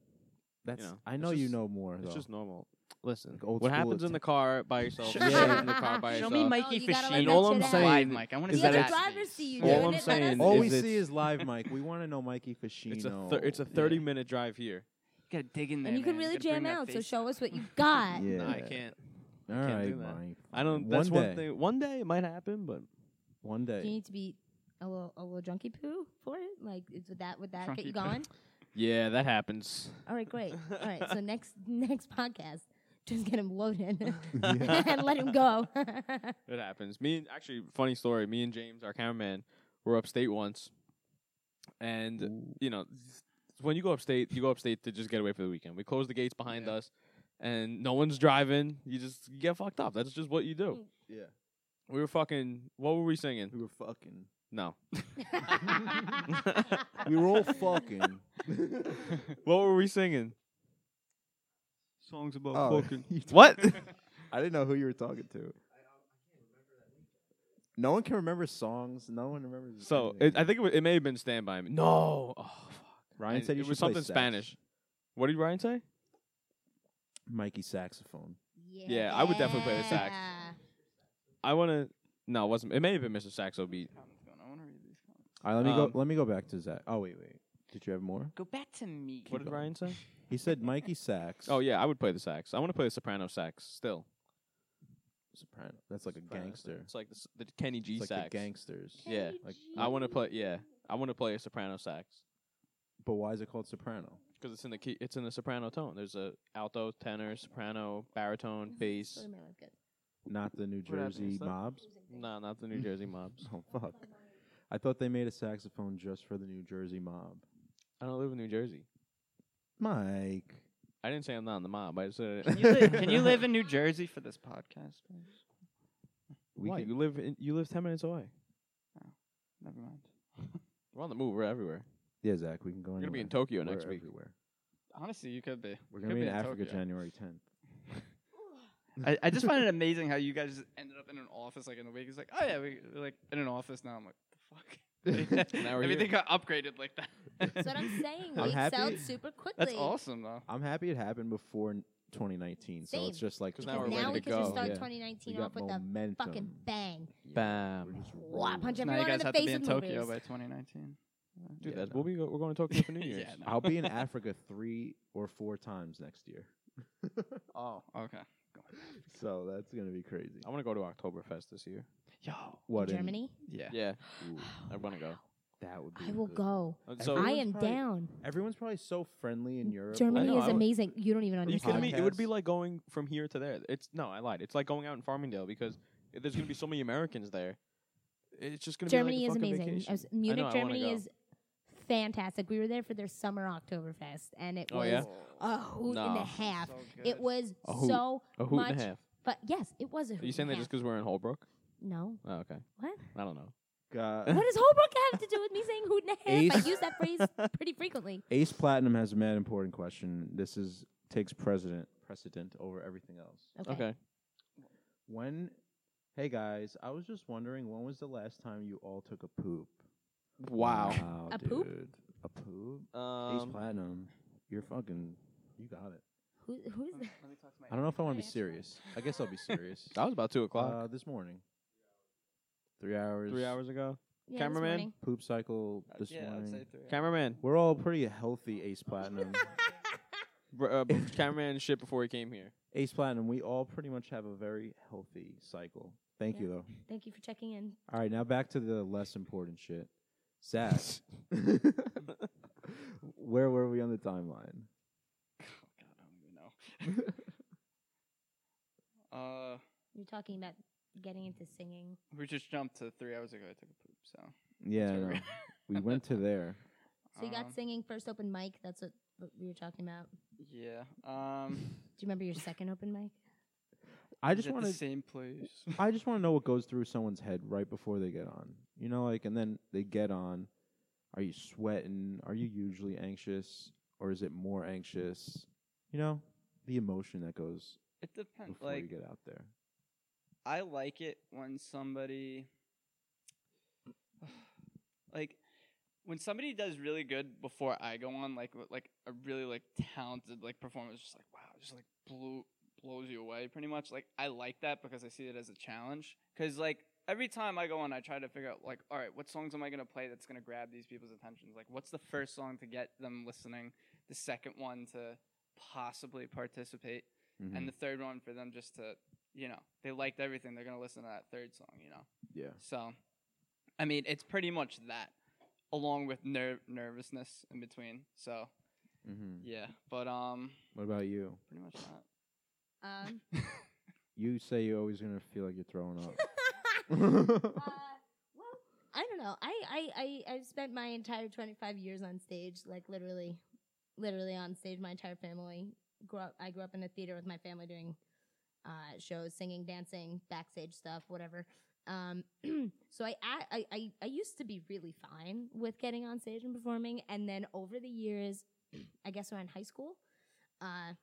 That's
know,
I
it's
know you
just-
know more.
It's
though.
just normal. Listen,
Like old
what
school
happens in
atta-
the car by yourself?
Sure.
stays
Yeah.
in the car by
Show
yourself.
me
Oh,
Mikey
you gotta
Fishino.
leave
And all
that
I'm
shit
saying-
out.
Live mic. I want to
is
see
that
yeah, the
it's-
that.
driver see you
All
doing
I'm
it,
saying (laughs)
but
all
us
is
we
it's-
see (laughs) is live mic. We want to know Mikey Fishino.
It's a thir- it's a thirty minute drive here.
gotta dig in there.
and you
man.
can really
gotta bring
jam
that
out. So
face
show us what you got.
Yeah.
No, I can't.
All
can't
right,
do that.
Mike.
I don't. That's
One
one
day.
thing. One day it might happen, but
One
Do you
day.
need to be a little a little drunky poo for it? Like, is, would that would that get you
Drunky poo.
going?
yeah, that happens.
All right, great. All right,
(laughs)
so next next podcast, just get him
(laughs)
loaded
Yeah.
and (laughs) let him go.
It happens. Me and actually, funny story. Me and James, our cameraman, were upstate once, and you know, when you go upstate, you go upstate to just get away for the weekend. We close the gates behind
Yeah.
us, and no one's driving. You just you get fucked up. That's just what you do.
Yeah.
We were fucking. What were we singing?
We were fucking.
(laughs) No.
We were all
(laughs)
fucking.
What were we singing? Songs about
Oh,
fucking.
(laughs) you t-
What? (laughs)
I didn't know who you were talking to. No one can remember songs. No one remembers.
so
anything.
it, I think it, wa- it may have been Stand By Me. No. Oh, fuck.
Ryan
And
said you
it was
should play
something
sax.
Spanish. What did Ryan say?
Mikey saxophone.
yeah.
(laughs) Yeah, I would definitely play the sax. I want to. No, it wasn't. It may have been Mr. Saxo beat.
I wanna read these comments.
All right, let me go.
Um,
Let me go back to Zach. Oh wait, wait. Did you have more?
Go back to me.
What did Ryan say?
He said Mikey sax.
Oh yeah, I would play the sax. I want to play the soprano sax still.
soprano. That's like a
Soprano sax.
gangster.
It's like the, s- the Kenny G
It's like
sax.
the gangsters.
Yeah,
Hey,
like,
G.
I want to play. Yeah, I want to play a soprano sax
But why is it called soprano?
because it's in the key, it's in the soprano tone. There's a alto, tenor, soprano, baritone, bass.
Sorry, my life good.
Not the New
What happened?
Jersey
Is that-
mobs. (laughs)
No, not the New Jersey mobs.
Oh fuck! I thought they made a saxophone just for the New Jersey mob.
I don't live in New Jersey.
Mike.
I didn't say I'm not in the mob. I just said
Can you, li-
(laughs)
can you live in New Jersey for this podcast, please?
We
Why
could-
you live in, you live ten minutes away?
Never mind.
We're on the move. We're everywhere.
yeah, Zach. We can go.
We're gonna be
anywhere.
in Tokyo
We're
next week.
everywhere.
Honestly, you could be.
We're
You
gonna
could
be in Africa
Tokyo.
January 10th.
(gasps) I, I just find it amazing how you guys ended up in an office like in a week. It's like, oh yeah, we we're, like in an office now. I'm like, the fuck.
Now we're
(laughs) Everything
here.
got upgraded like that.
That's what
(laughs)
I'm saying.
I'm
We
happy.
excelled super quickly.
That's awesome though.
I'm happy it happened before n- 2019. So it's
Same.
just like
'Cause
Because
now we're ready
now
to
we can just
go,
start
Yeah. We
2019
got
off with a
momentum.
fucking bang.
We're
Bam,
just
Wah,
rolling.
(laughs)
punch
now
everyone
you
in
guys
the
have to
face
be in
with
Tokyo
movies.
by 2019.
dude.
Yeah,
that's
no.
we'll be go- we're going to Tokyo for New Year's.
yeah, no.
I'll be in Africa three or four times next year.
Oh, okay.
So that's gonna be crazy.
I want to go to Oktoberfest this year.
Yo,
What in-
Germany? (sighs)
yeah.
Yeah,
Ooh,
I want to go.
that would be.
I will
good.
go.
And so
I
Everyone's
am
probably-
down.
Everyone's probably so friendly in Europe.
Germany
know,
is
I would-
amazing. You don't even
Are you
understand.
kidding me? It would be
Podcast.
like going from here to there. It's no, I lied. It's like going out in Farmingdale because i- there's gonna be so many Americans there. It's just gonna
Germany
be like
is
a fucking
amazing. I
Vacation.
was- Munich,
I wanna
Germany
go.
is fantastic. We were there for their summer Oktoberfest, and it
Oh,
was
yeah?
a hoot and
Nah.
a half.
So
It was
A hoot.
so,
A hoot
much
and a half.
but yes, it was a hoot.
Are you saying that
and a
just
half.
because we're in Holbrook?
No.
(laughs) Oh, okay.
What?
I don't know.
God.
what does Holbrook have to do with me saying hoot and a half?
Ace.
I use
(laughs)
that phrase pretty frequently.
(laughs) Ace Platinum has a mad important question. This is takes precedent precedent over everything else.
Okay.
Okay.
When, hey guys, I was just wondering when was the last time you all took a poop?
A
dude.
poop?
A poop. Ace
Um,
Platinum, you're fucking, you got it.
Who, who is that?
I don't know if I want to be
Nice.
serious. I guess I'll be serious.
that was about two o'clock.
uh, this morning, three hours.
Three hours ago.
Yeah, this
Cameraman?
morning.
Poop cycle this
Uh, yeah, I'd
morning.
say three.
Cameraman.
We're all pretty healthy. Ace Platinum.
Br- Uh, (laughs) b- cameraman shit before he came here.
Ace Platinum, we all pretty much have a very healthy cycle. Thank you,
Yeah.
though.
Thank you for checking in.
All right, now back to the less important shit. Zach, (laughs) where were we on the timeline?
Oh, God, I don't even know. (laughs) uh,
You're talking about getting into singing.
we just jumped to three hours ago. I took a poop, so.
Yeah,
Sorry.
no, we went to there.
So you
Um,
got singing first open mic. That's what what we were talking about.
Yeah. Um.
Do you remember your second open mic?
I
is
just
it
want
the
to.
same place.
(laughs) I just want to know what goes through someone's head right before they get on. You know, like, and then they get on. Are you sweating? Are you usually anxious, or is it more anxious? You know, the emotion that goes
It depends.
before
Like
you get out there.
I like it when somebody (sighs) like when somebody does really good before I go on, like w- like a really like talented like performer is just like wow, just like blew blows you away pretty much. Like I like that because I see it as a challenge. Cause like every time I go on, I try to figure out like all right, what songs am I gonna play that's gonna grab these people's attentions? Like what's the first song to get them listening? The second one to possibly participate
Mhm.
and the third one for them just to you know they liked everything they're gonna listen to that third song you know
yeah.
so i mean it's pretty much that along with ner- nervousness in between so
hmm
yeah but um
What about you?
pretty much that
(laughs) Um,
You say you're always gonna feel like you're throwing up.
(laughs) uh, well, I don't know. I, I, I, I've spent my entire 25 years on stage, like literally, literally on stage. My entire family grew up. I grew up in the theater with my family doing uh, shows, singing, dancing, backstage stuff, whatever. Um, (clears throat) so I, I, I- I, I used to be really fine with getting on stage and performing, and then over the years, (clears throat) I guess around high school, uh,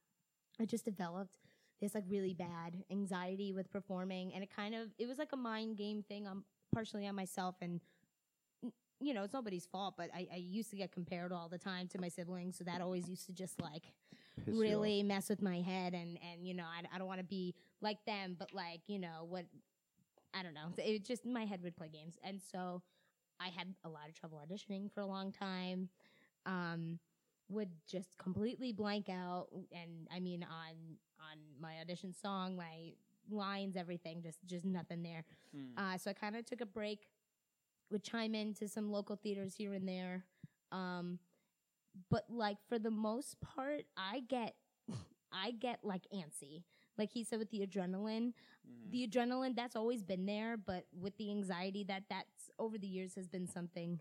I just developed this like really bad anxiety with performing and it kind of it was like a mind game thing on partially on myself and n- you know it's nobody's fault but I, I used to get compared all the time to my siblings so that always used to just like
(laughs) Piss you
really mess with my head and and you know i, I don't want to be like them but like you know what i don't know it just my head would play games and so i had a lot of trouble auditioning for a long time um would just completely blank out and i mean on on my audition song my lines everything just just nothing there uh, so I kind of took a break, would chime into some local theaters here and there. Um, but like for the most part, I get, I get like antsy. Like he said with the adrenaline,
Mm-hmm.
the adrenaline that's always been there, but with the anxiety that that's over the years has been something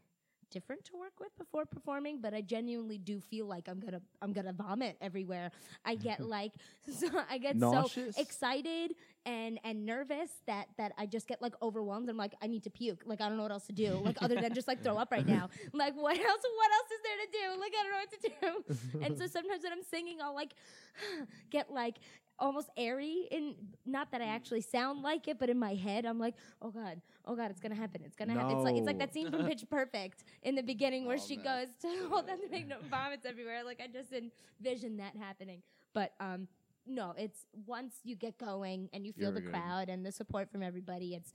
different to work with before performing. But I genuinely do feel like I'm gonna, I'm gonna vomit everywhere. I get like, (laughs) so I get
Nauseous?
so excited and and nervous that that I just get like overwhelmed. I'm like, I need to puke. Like I don't know what else to do. Like other than just like throw up right now. Like what else? What else is there to do? Like I don't know what to do.
(laughs)
and so sometimes when I'm singing, I'll like (sighs) get like almost airy and not that I actually sound like it, but in my head I'm like, oh god, oh god, it's gonna happen. It's gonna happen. It's like it's like that scene from Pitch Perfect in the beginning where
Oh,
she
man.
goes to (laughs) hold on to make no vomits everywhere. Like I just envision that happening. But um no, it's once you get going and you feel
You're
the
good.
crowd and the support from everybody, it's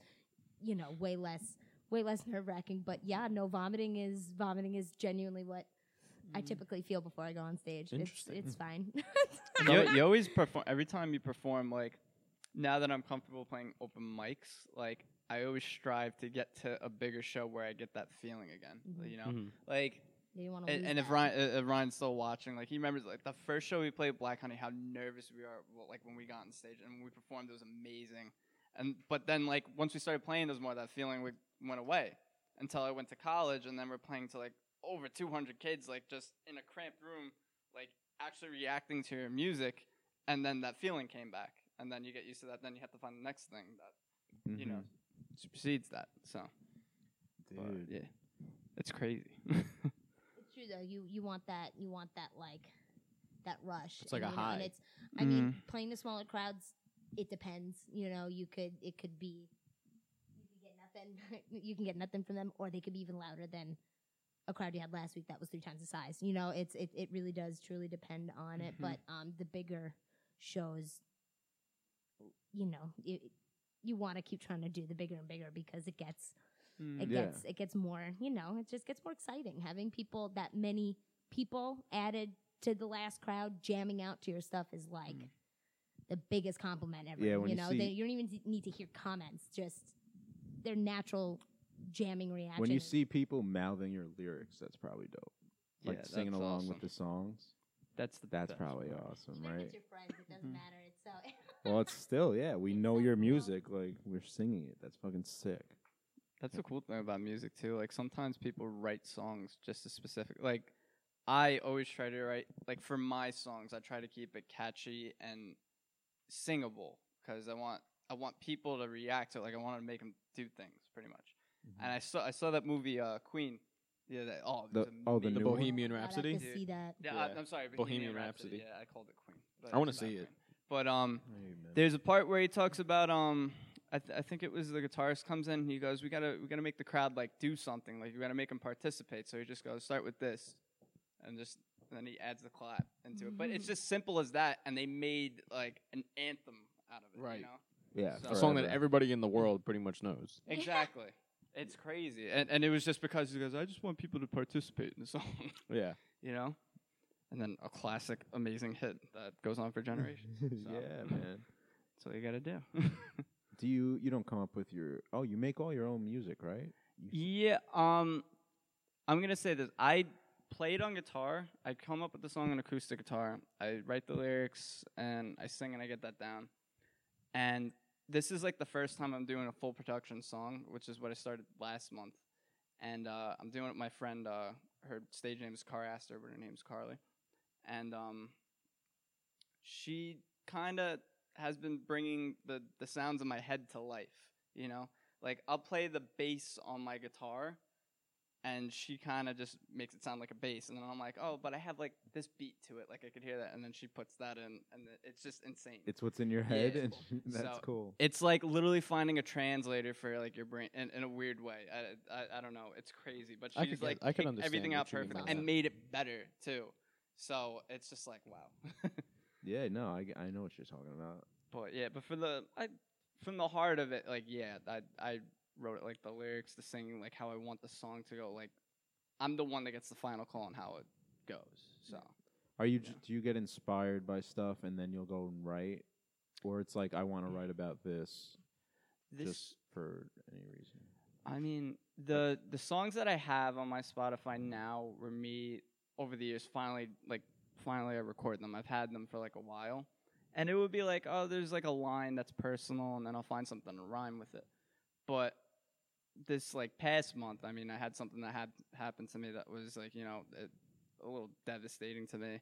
you know, way less way less nerve wracking. But yeah, no vomiting is vomiting is genuinely what
Mm.
I typically feel before I go on stage. It's
Interesting.
it's fine. (laughs)
you, you always perform every time you perform like now that i'm comfortable playing open mics like i always strive to get to a bigger show where i get that feeling again
Mhm.
you know
Mhm.
like
You don't wanna
And,
lose
and if
that.
Ryan, uh, if Ryan's still watching, like he remembers, like the first show we played Black Honey, how nervous we are, well, like when we got on stage and when we performed, it was amazing. And but then, like once we started playing, there's more of that feeling we went away until I went to college, and then we're playing to like over 200 kids, like just in a cramped room, like actually reacting to your music, and then that feeling came back, and then you get used to that. Then you have to find the next thing that
Mhm.
you know supersedes that. So but,
Dude.
yeah, it's crazy. (laughs)
It's true though. You you want that you want that like that rush.
It's like
and,
a
you know, And
high.
it's I mean playing the smaller crowds. It depends. You know, you could it could be you could get nothing. (laughs) you can get nothing from them, or they could be even louder than a crowd you had last week that was three times the size. You know, it's it it really does truly depend on it.
Mhm.
But um, the bigger shows, you know, it, you want to keep trying to do the bigger and bigger because it gets it
Mm, Yeah.
gets it gets more you know it just gets more exciting having people that many people added to the last crowd jamming out to your stuff is like
Mm.
the biggest compliment ever
Yeah,
you
when you
know
see-
they, you don't even need to hear comments just their natural jamming reaction
When you
is-
see people mouthing your lyrics, that's probably dope. Like
Yeah,
singing
that's
along
awesome.
with the songs.
That's the
That's
best
probably
part.
awesome,
even if
right? Mm-hmm.
it's your friends it doesn't
Mhm.
matter it's so (laughs)
well, it's still yeah. We know
so
your
cool.
music. Like we're singing it. That's fucking sick.
That's the cool thing about music too. Like sometimes people write songs just to specific. Like I always try to write like for my songs. I try to keep it catchy and singable because I want I want people to react to it. Like I want to make them do things pretty much. And I saw I saw that movie uh, Queen. Yeah, that, oh, it
Mm. The-
was
oh, the
The
new
Oh
one?
my
Bohemian
God, I have
Rhapsody?
to see that
Yeah, I,
Yeah.
I'm sorry, Bohemian,
Bohemian
Rhapsody.
Rhapsody.
Yeah, I called it Queen. but
I wanna
it's about
see it.
Queen. But um,
Mm-hmm. Amen.
there's a part where he talks about um I, th- I think it was the guitarist comes in. He goes, "We gotta, we gotta make the crowd like do something. Like we gotta make them participate." So he just goes, "Start with this," and just and then he adds the clap into it. But it's just simple as that, and they made like an anthem out of it.
Right.
You know?
Yeah,
So-
a song that
forever.
everybody in the world pretty much knows.
Yeah.
Exactly. It's crazy, and and it was just because he goes, "I just want people to participate in the (laughs) song,"
Yeah.
you know. And then a classic, amazing hit that goes on for
(laughs)
generations. So.
yeah, man.
That's all you gotta do. (laughs)
Do you you don't come up with your oh you make all your own music right?
yeah. Um, I'm gonna say this. I played on guitar. I come up with the song on acoustic guitar. I write the lyrics and I sing and I get that down. And this is like the first time I'm doing a full production song, which is what I started last month. And uh, I'm doing it with my friend. Uh, her stage name is Car Astor, but her name's Carly. And um, she kind of has been bringing the, the sounds in my head to life, you know? Like, I'll play the bass on my guitar, and she kind of just makes it sound like a bass. And then I'm like, oh, but I have, like, this beat to it. Like, I could hear that. And then she puts that in, and th- it's just insane.
It's what's in your head, and (laughs) that's
So-
cool.
It's like literally finding a translator for like your brain in, in a weird way. I, I, I don't know. It's crazy, but
I could
she's
get-
like
I could
picked
understand
everything
what
out
you mean
perfect
by
and
that.
made it better too. So it's just like wow.
Yeah, no, I, g- I know what you're talking about.
but yeah, but for the I, from the heart of it, like yeah, I I wrote it like the lyrics, the singing, like how I want the song to go. Like I'm the one that gets the final call on how it goes. So
Are you
Yeah.
j- do you get inspired by stuff and then you'll go and write, or it's like I want to write about this,
Mm. this
just for any reason?
I mean, the the songs that I have on my Spotify now were me over the years finally like finally I record them. I've had them for like a while. And it would be like, oh, there's like a line that's personal and then I'll find something to rhyme with it. But this like past month, I mean, I had something that had happened to me that was like, you know, it, a little devastating to me.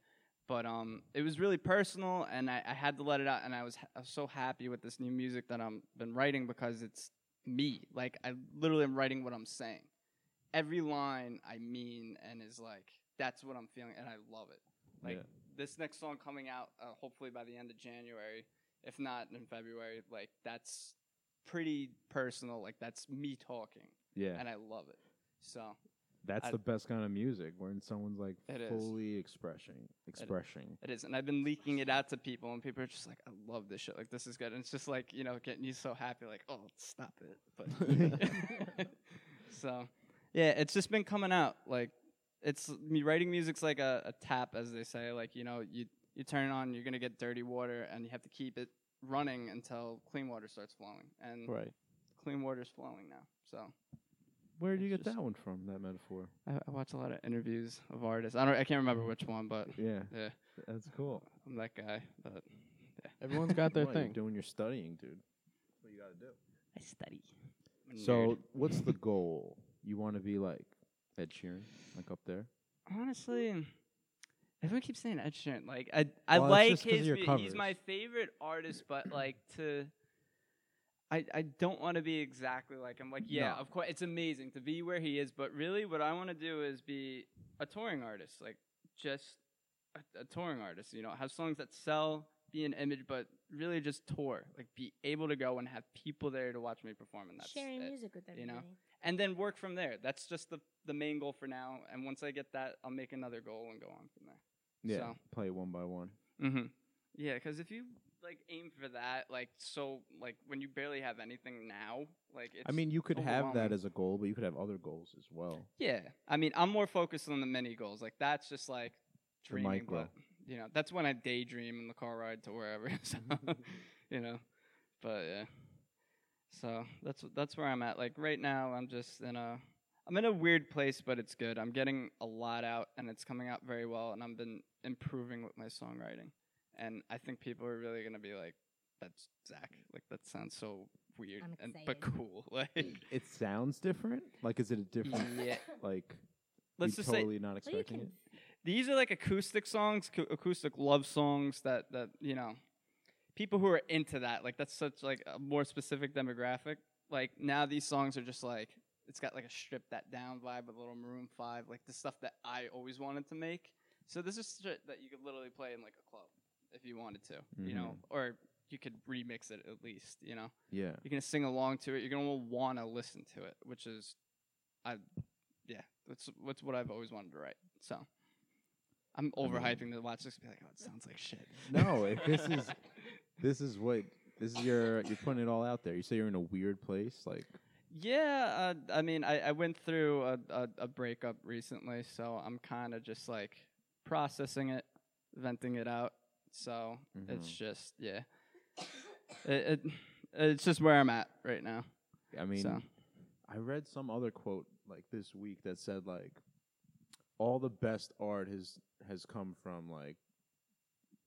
But um, it was really personal, and I, I had to let it out. And I was, ha- I was so happy with this new music that I've been writing because it's me. Like I literally am writing what I'm saying. Every line I mean and is like that's what I'm feeling and I love it. Like
Yeah.
this next song coming out uh, hopefully by the end of January, if not in February, like that's pretty personal. Like that's me talking
Yeah,
and I love it. So
that's
I-
the best kind of music when someone's like
It is.
fully expressing, expressing.
it is, and I've been leaking it out to people, and people are just like, "I love this shit. Like this is good." And it's just like you know, getting you so happy, like, "Oh, stop it!" (laughs) But so, yeah, it's just been coming out. Like it's me writing music's like a, a tap, as they say. Like you know, you you turn it on, you're gonna get dirty water, and you have to keep it running until clean water starts flowing, and
Right.
clean water's flowing now. So
Where do you
It's
get
just-
that one from? That metaphor?
(laughs) I, I watch a lot of interviews of artists. I don't, I can't remember which one, but
Yeah,
yeah,
that's cool.
I'm that guy. But
Everyone's got their
Wow, you're
thing.
doing your studying, dude. What you gotta do.
I study.
So, what's the goal? You want to be like Ed Sheeran, like up there?
Honestly, everyone keeps saying Ed Sheeran. Like I, I
Well, it's
like
just 'cause of
his.
your
mu- He's
covers.
my favorite artist, but like to, I, I don't want to be exactly like him. Like yeah,
No.
of course, it's amazing to be where he is, but really, what I want to do is be a touring artist, like just a, a touring artist. You know, have songs that sell, be an image, but really just tour, like be able to go and have people there to watch me perform, and that's
(laughs) Sharing
it
music with
you
everybody.
know? and then work from there. That's just the the main goal for now. And once I get that, I'll make another goal and go on from there.
Yeah,
So-
play it one by one.
Mm-hmm. Yeah, because if you like aim for that, like so, like when you barely have anything now, like it's,
I mean, you could have that
overwhelming.
as a goal, but you could have other goals as
(laughs)
well.
yeah. I mean, I'm more focused on the mini goals. Like that's just like
The
dreaming,
micro.
but you know, that's when I daydream in the car ride to wherever. (laughs)
(laughs)
So, you know, but yeah. So that's that's where I'm at. Like right now, I'm just in a I'm in a weird place, but it's good. I'm getting a lot out, and it's coming out very well. And I've been improving with my songwriting, and I think people are really gonna be like, "That's Zach. Like that sounds so weird,
I'm
and, but
excited.
cool." (laughs) Like,
It sounds different. Like, is it a different?
(laughs)
yeah.
Like,
Let's
you
just say
totally not
Well, you
expecting
can,
it.
these are like acoustic songs, co- acoustic love songs that that you know, people who are into that like that's such like a more specific demographic. Like now these songs are just like it's got like a strip that down vibe with a little Maroon Five, like the stuff that I always wanted to make. So this is shit that you could literally play in like a club if you wanted to, you know, or you could remix it at least. You know,
Yeah.
you're gonna sing along to it. You're gonna want to listen to it, which is, I, yeah, that's what's what I've always wanted to write. So, I'm overhyping the watch list. Be like, oh, it sounds like shit.
(laughs) No, if this is this is what this is your you're putting it all out there. You say you're in a weird place, like
(laughs) Yeah, uh, I mean, I, I went through a, a, a breakup recently, so I'm kind of just like processing it, venting it out. So it's
Mhm.
just yeah, it, it it's just where I'm at right now.
I mean,
so
I read some other quote like this week that said like all the best art has has come from like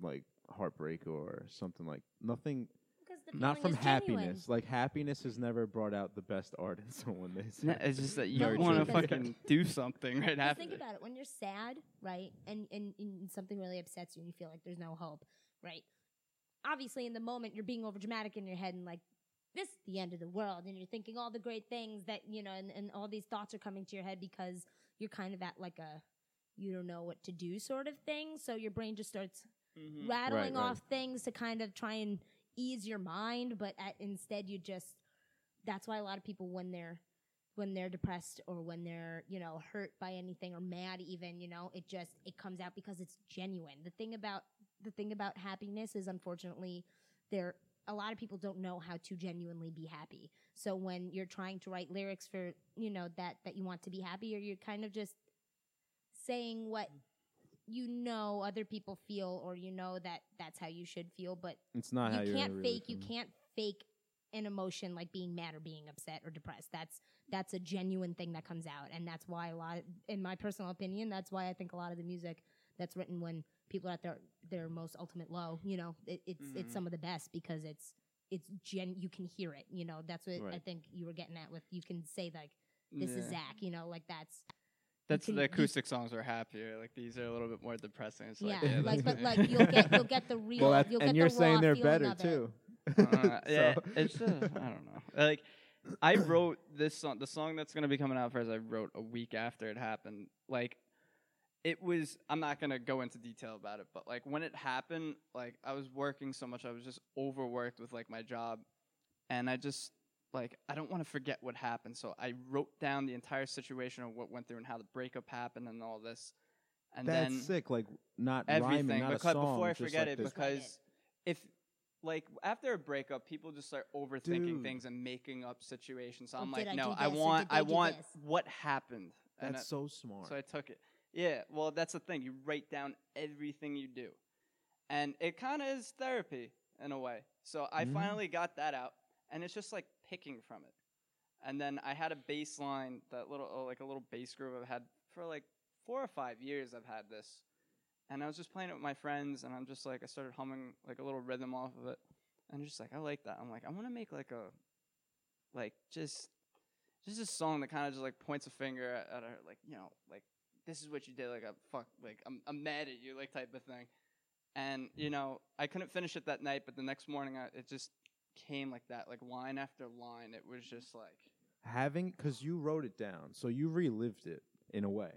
like heartbreak or something like nothing
Because the
not
feeling
from
is genuine.
happiness. Like happiness has never brought out the best art in (laughs) someone. They
no,
say.
it's just that you
Very
want to
true.
fucking do something right
Just
after.
think about it. When you're sad, right, and, and and something really upsets you, and you feel like there's no hope, right? Obviously, in the moment, you're being over dramatic in your head, and like this is the end of the world, and you're thinking all the great things that you know, and, and all these thoughts are coming to your head because you're kind of at like a you don't know what to do sort of thing. So your brain just starts
Mhm.
rattling
right.
off things to kind of try and ease your mind, but at, instead you just that's why a lot of people when they're when they're depressed or when they're you know hurt by anything or mad even you know it just it comes out because it's genuine the thing about the thing about happiness is unfortunately there a lot of people don't know how to genuinely be happy so when you're trying to write lyrics for you know that that you want to be happy or you're kind of just saying what you know other people feel or you know that that's how you should feel but
(laughs) it's not how
you
you're
can't
gonna really
fake you
feel.
can't fake an emotion like being mad or being upset or depressed that's that's a genuine thing that comes out and that's why a lot in my personal opinion that's why i think a lot of the music that's written when people are at their their most ultimate low you know it, it's it's
Mm-hmm.
Mhm.
some of the best because it's it's gen you can hear it you know that's what i
Right.
think you were getting at with you can say like this is
Yeah.
zach you know like that's
That's
can-
the
you-
acoustic songs are happier. Like these are a little bit more depressing. It's like,
yeah,
yeah,
like
that's (laughs)
but
my-
like you'll get you'll get the real
Well, that,
you'll get
and you're
the raw
saying they're
feeling
better
of it.
too.
Uh,
(laughs)
yeah,
So-
it's uh, I don't know. Like I wrote this song, the song that's gonna be coming out first. I wrote a week after it happened. Like it was. I'm not gonna go into detail about it, but like when it happened, like I was working so much, I was just overworked with like my job, and I just like I don't want to forget what happened. So I wrote down the entire situation of what went through and how the breakup happened and all this, and
That's
then
sick. Like not
everything
rhyming, not
because
a song.
before I
just
forget
like
it
this-
Write it.
because if like after a breakup people just start overthinking
Dude.
things and making up situations so
Or
I'm
did
like
I
no
do
I
this? Or
want
did they
I
do
want
this?
what happened and
that's
I,
so smart.
so I took it yeah well that's the thing you write down everything you do and it kind of is therapy in a way so I
Mhm.
finally got that out and it's just like picking from it and then I had a bass line that little oh, like a little bass groove I've had for like four or five years I've had this and I was just playing it with my friends, and I'm just like, I started humming like a little rhythm off of it, and I'm just like, I like that. I'm like, I want to make like a, like just, just a song that kind of just like points a finger at, at her, like you know, like this is what you did, like a fuck, like I'm, I'm mad at you, like type of thing. And you know, I couldn't finish it that night, but the next morning, I, it just came like that, like line after line. It was just like,
having because you wrote it down, so you relived it in a way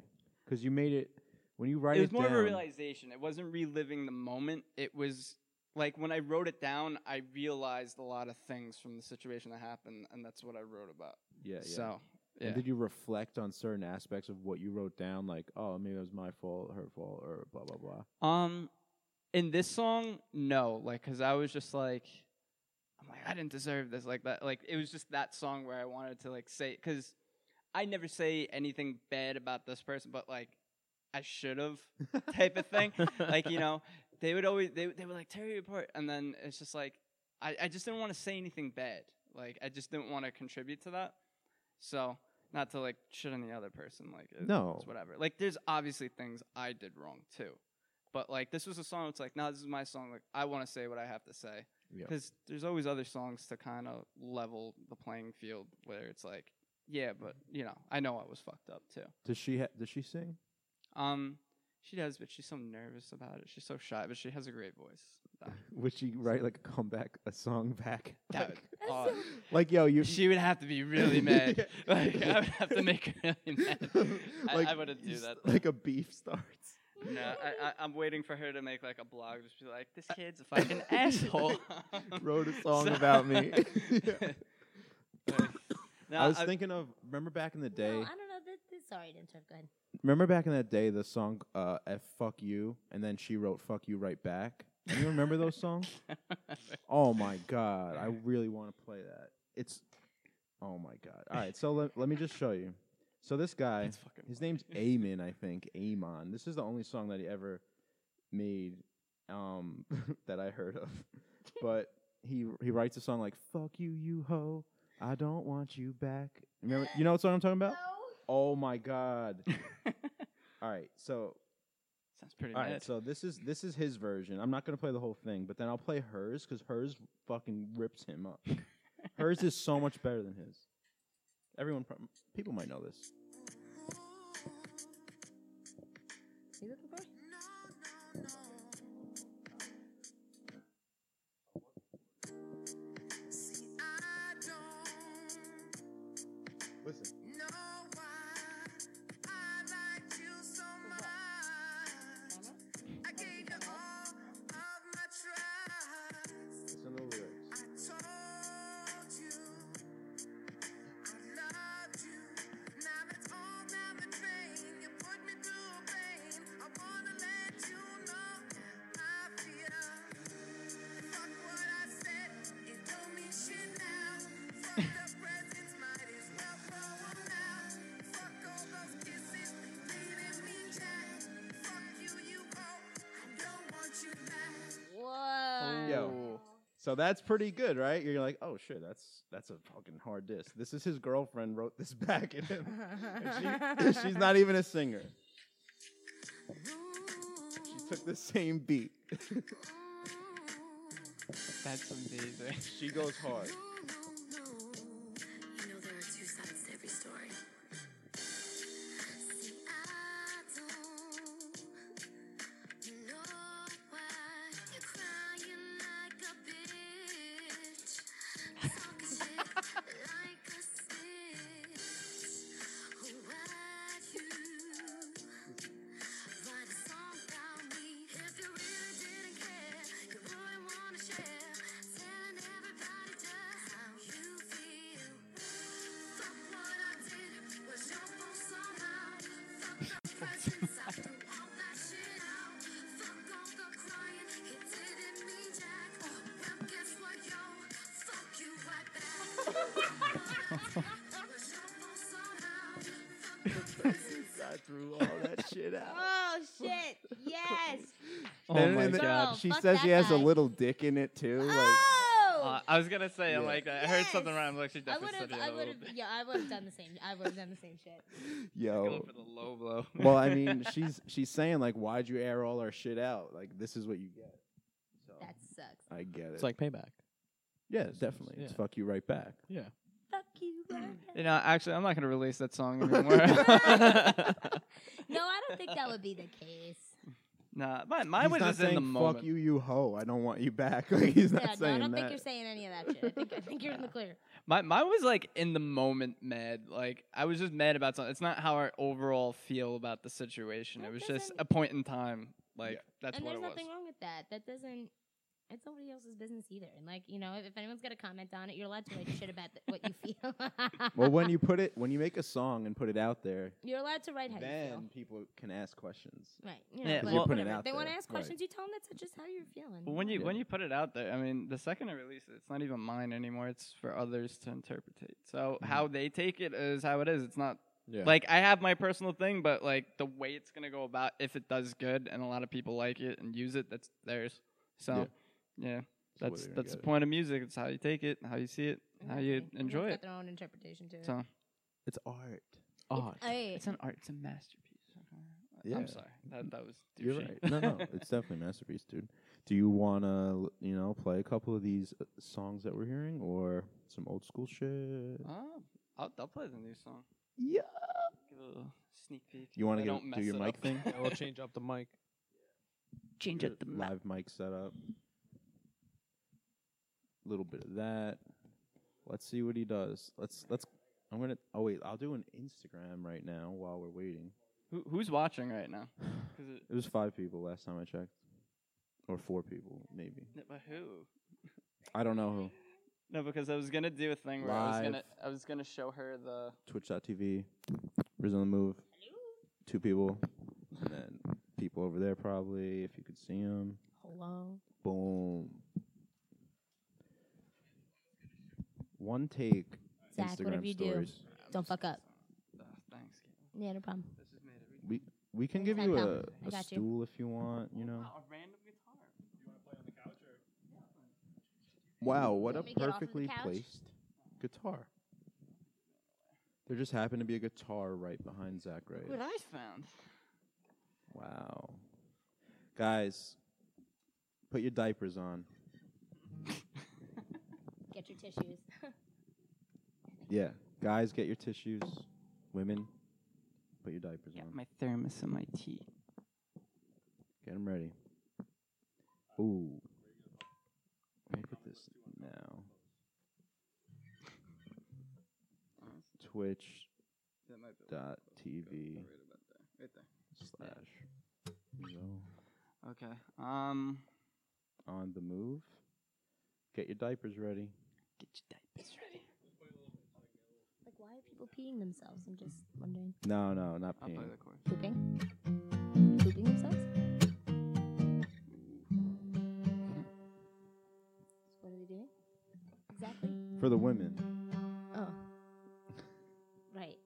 because you made it when you write it.
it was more of a
down-
realization. It wasn't reliving the moment. It was like when I wrote it down, I realized a lot of things from the situation that happened, and that's what I wrote about.
Yeah, yeah.
So, yeah.
And did you reflect on certain aspects of what you wrote down? Like, oh, maybe it was my fault, her fault, or blah blah blah.
um, in this song, no, like, cause I was just like, I'm like, I didn't deserve this, like that, like it was just that song where I wanted to like say, cause I never say anything bad about this person, but like, I should have (laughs) type of thing.
(laughs)
like you know they would always they, they would like tear you apart and then it's just like i, I just didn't want to say anything bad like i just didn't want to contribute to that so not to like shit on the other person like it-
No.
it's whatever like there's obviously things i did wrong too but like this was a song it's like no this is my song like i want to say what i have to say
Yeah.
because there's always other songs to kind of level the playing field where it's like yeah but you know i know i was fucked up too
Does she ha- does she sing? (laughs)
um, she does, but she's so nervous about it. She's so shy, but she has a
(laughs)
great voice. though.
Would she write like a comeback, a song back?
(laughs) That
like,
would- oh,
(laughs) like, yo, (laughs) you.
(laughs) she would have to be
(laughs)
really mad. Like I would have to make her really mad. I- I wouldn't
you
do
s-
that, though.
Like a beef starts.
No,
Mm-hmm.
I, I, I'm waiting for her to make like a blog. Just be like, this kid's
(laughs)
a fucking asshole. (laughs)
Wrote a song about me. Yeah.
no,
I was
(laughs)
thinking of remember back in the day.
No, I don't know. This, this, sorry to interrupt. Go ahead.
remember back in that day the song uh, "F Fuck You" and then she wrote "Fuck You" right back. Do you remember those songs? Oh my god, I really want to play that. It's oh my god. All right, so let, let me just show you. So this guy,
That's fucking
his name's Amon, I think. Amon. This is the only song that he ever made um, (laughs) that I heard of. But he he writes a song like "Fuck you, you hoe, I don't want you back." Remember, you know what song I'm talking about? Oh my god. All right, so
Sounds pretty
all
bad.
right, so this is this is his version. I'm not gonna play the whole thing, but then I'll play hers because hers fucking rips him up. hers is so much better than his. Everyone, prob- people might know this.
Are you looking for?
Listen. Listen to the lyrics.
Whoa.
Yo. So that's pretty good, right? You're like, oh shit, that's that's a fucking hard diss. This is his girlfriend wrote this back at him. And she, (laughs) she's not even a singer. She took the same beat.
That's
(laughs)
amazing.
she goes hard.
You know there are two sides to every story. See, I don't know why you're crying like a bitch, talking shit like a snitch. Why'd you write a song about me if you really didn't care? You wouldn't wanna share, telling everybody just how you feel. Fuck what I did, it was your fault somehow. Fuck the presents, I threw all that shit out. Fuck all the crying, it didn't mean jack. Well, guess what, yo? Fuck you right back. Fuck what I did, it was your fault somehow. Fuck the presents,
I threw all that shit out.
(laughs) Oh shit! Yes.
Oh
And-
my
and then
god.
Girl,
She
fuck
says
that
he has a
guy.
little dick in it too. Like,
oh.
Uh, I was gonna say
Yeah.
I like that. I heard something
Yes.
wrong. Like she
I
definitely
would have.
studied
I
a
would
little
have.
bit.
Yeah, I would have done the same. I would have done the same shit.
Going
yo.
for the low blow.
Oh, Well,
(laughs)
I mean, she's she's saying like, why'd you air all our shit out? Like, this is what you get. So
That sucks.
I get it.
It's like payback.
yeah, definitely. It's
yeah.
fuck you right back.
Yeah.
Fuck you.
you know, actually, I'm not gonna release
(laughs)
that song anymore.
no, I don't think that would be the case.
(laughs) nah, my mine
He's
was
not
just in the
saying,
moment.
Fuck you, you hoe. I don't want you back. (laughs) Like, he's not
yeah, no, I
saying
don't
that.
think you're saying any of that shit. I think, I think you're in the clear.
My mine was like in the moment mad. Like I was just mad about something. It's not how I overall feel about the situation.
That
it was just
doesn't-
a point in time. Like
Yeah.
that's
and
what
there's
it was.
nothing wrong with that. That doesn't. It's nobody else's business either. And like you know, if, if anyone's gonna comment on it, you're allowed to write shit about th- what you
(laughs)
feel.
well,
(laughs)
when you put it, when you make a song and put it out there,
you're allowed to write how you feel.
then people can ask questions.
Right. You know,
Yeah, 'Cause
but
you're
putting it
whatever.
out
they want to
there.
ask
Right.
questions. You tell them that's just how you're feeling.
But when you
Yeah.
when you put it out there, I mean, the second I release it, it's not even mine anymore. It's for others to interpretate. So
Mm-hmm.
how they take it is how it is. It's not
Yeah.
like I have my personal thing, but like the way it's gonna go about, if it does good and a lot of people like it and use it, that's theirs. So yeah,
whether
that's
you're gonna
that's the
get it.
point of music. It's how you take it, how you see it, how you
Exactly. Everyone's
enjoy
got
it.
Their own interpretation to it.
So
It's art.
Odd.
Hey,
it's an art. It's a masterpiece. okay?
Yeah.
I'm sorry. That that was douchey.
You're right. No, no,
(laughs)
it's definitely a masterpiece, dude. Do you want to, you know, play a couple of these uh, songs that we're hearing or some old school shit?
Oh, I'll, I'll play the new song.
Yeah.
Give a little sneak peek.
You wanna
I
get-
don't
do
mess
your
it
mic
up. (laughs)
thing?
I will change up the mic.
change
Your live mic setup. A little bit of that. Let's see what he does. Let's let's. I'm gonna. Oh wait, I'll do an Instagram right now while we're waiting.
Who, who's watching right
(sighs)
now? 'Cause it-
It was five people last time I checked, or four people maybe.
no, but who?
I don't know who.
No, because I was gonna do a thing where I was gonna
Live.
I was gonna show her the
Twitch.tv, Riz on the move, two people, and then people over there probably if you could see them.
Hello.
Boom. One take.
Zach,
Instagram
what have you do?
stories.
Don't fuck up.
Uh, thanks.
Yeah, no problem.
We we can
Thanks,
give you
Zach,
a,
pal. I
a
got you.
stool if you want. You know.
a random guitar.
Wow, what a
want me to get off of the
perfectly
couch?
placed guitar. There just happened to be a guitar right behind Zach Ray.
What I found.
Wow. Guys, put your diapers on.
Get your tissues.
Yeah. Guys, get your tissues. Women, put your diapers
Yeah,
on.
my thermos and my tea.
Get them ready. Ooh. Let me put this now. Twitch
That might be
dot TV
about there. Right there.
slash Rizzo
Okay. Um.
on the move. Get your diapers ready.
Get your diapers ready.
Like, why are people peeing themselves? I'm just wondering.
No, no, not
I'll
peeing.
play the chorus.
Pooping? Pooping themselves? What are they doing? Exactly.
For the women.
Oh. Right.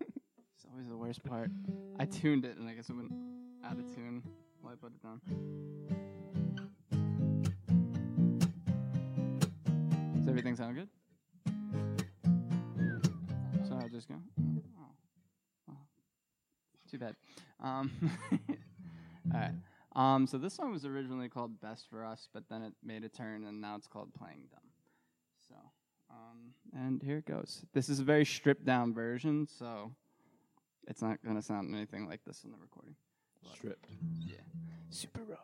It's always the worst part. I tuned it, and I guess it went out of tune. While I put it down. Does everything sound good? So I just go. Oh. Oh. Too bad. Um, (laughs) all right. Um, so this song was originally called "Best for Us," but then it made a turn, and now it's called "Playing Dumb." So, um, and here it goes. This is a very stripped down version, so it's not gonna sound anything like this in the recording.
Stripped.
Yeah. Super raw.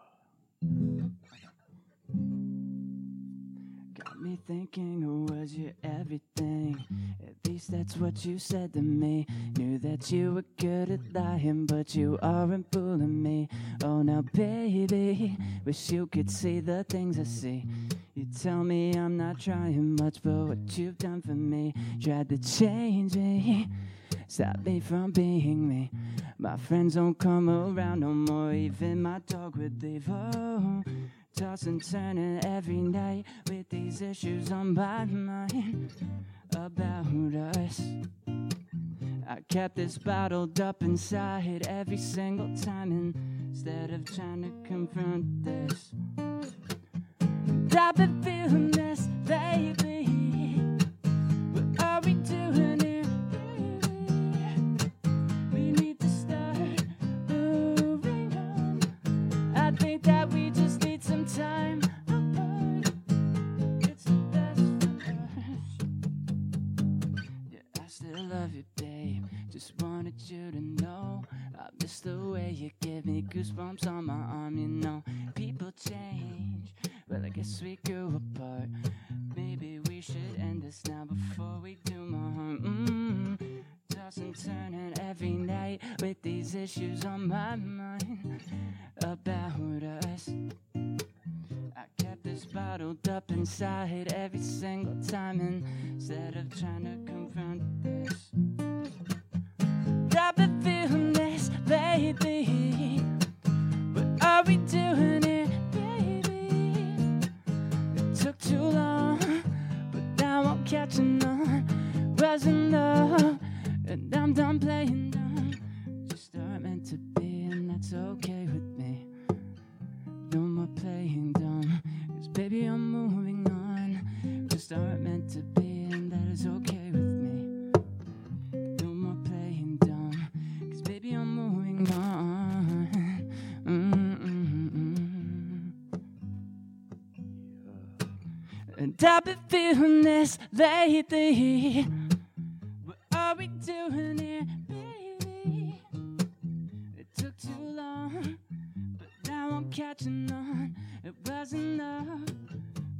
Got me thinking, who was your everything? At least that's what you said to me. Knew that you were good at lying, but you aren't fooling me. Oh, now, baby, wish you could see the things I see. You tell me I'm not trying much, but what you've done for me, tried to change me. Stop me from being me. My friends don't come around no more. Even my dog would leave. Oh, toss and turning every night with these issues on my mind about us. I kept this bottled up inside every single time instead of trying to confront this. I've been feeling this lately. What are we doing here, baby? We need to start moving on. I think that we just need some time apart. It's the best for us. Yeah, I still love you, babe. Just wanted you to know. I miss the way you give me goosebumps on my arm, you know. People change. Well, I guess we grew apart. Maybe we should end this now before we do more harm. Mm. Toss and turning every night with these issues on my mind about us. I kept this bottled up inside every single time instead of trying to confront this. I've been feeling this lately. What are we doing here, baby? It took too long, but now I'm catching on. Wasn't love, and I'm done playing dumb. Just aren't meant to be, and that's okay with me. No more playing dumb, cause baby, I'm moving on. Just aren't meant to be, and that is okay with me. No more playing dumb, cause baby, I'm moving on. Mm-mm-mm. And I've been feeling this lately. What are we doing here, baby? It took too long, but now I'm catching on. It wasn't love.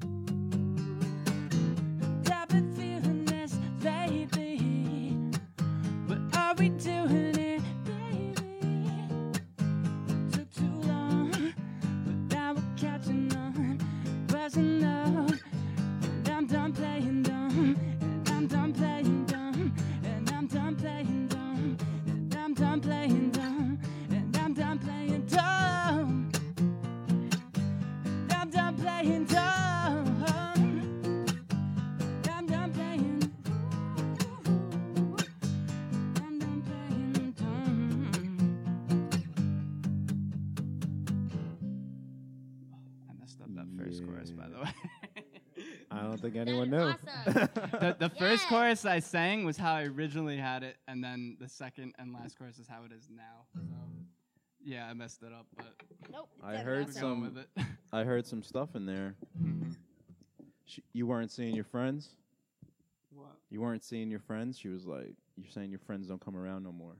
And I've been feeling this lately. What are we doing first chorus, by the way. (laughs)
I don't think
That
anyone
is
knew. (laughs)
awesome.
the the first
Yes.
chorus I sang was how I originally had it, and then the second and last chorus is how it is now. So, yeah, I messed it up, but
Nope. it's
I
better
heard
now.
we're
some-
going with it.
I heard some stuff in there.
(laughs)
She, you weren't seeing your friends.
what?
You weren't seeing your friends. She was like, "You're saying your friends don't come around no
(laughs)
more."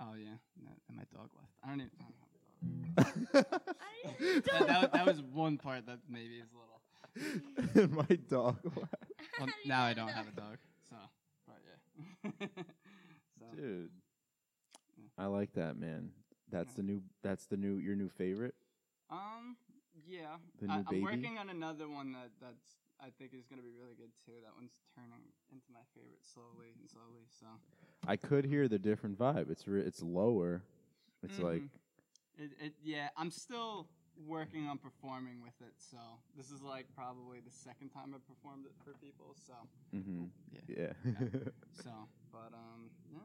Oh yeah, no, and my dog left. I don't even. I don't have
(laughs)
I didn't-
a dog. that, that, that was one part that maybe is a little.
and (laughs) my dog.
Well,
didn't
now I
have a
don't
dog. (laughs)
have a dog, so. But yeah. (laughs) so
Dude, I like that man. That's the new. That's the new. Your new favorite.
um yeah,
The
I,
new
I'm
baby?
working on another one that that's I think is gonna be really good too. That one's turning into my favorite slowly and slowly. So
I could hear the different vibe. It's re- it's lower. It's
Mhm.
like
It, it, yeah, I'm still working on performing with it, so this is like probably the second time I've performed it for people. So,
hmm
yeah,
yeah. (laughs)
so, but um, yeah,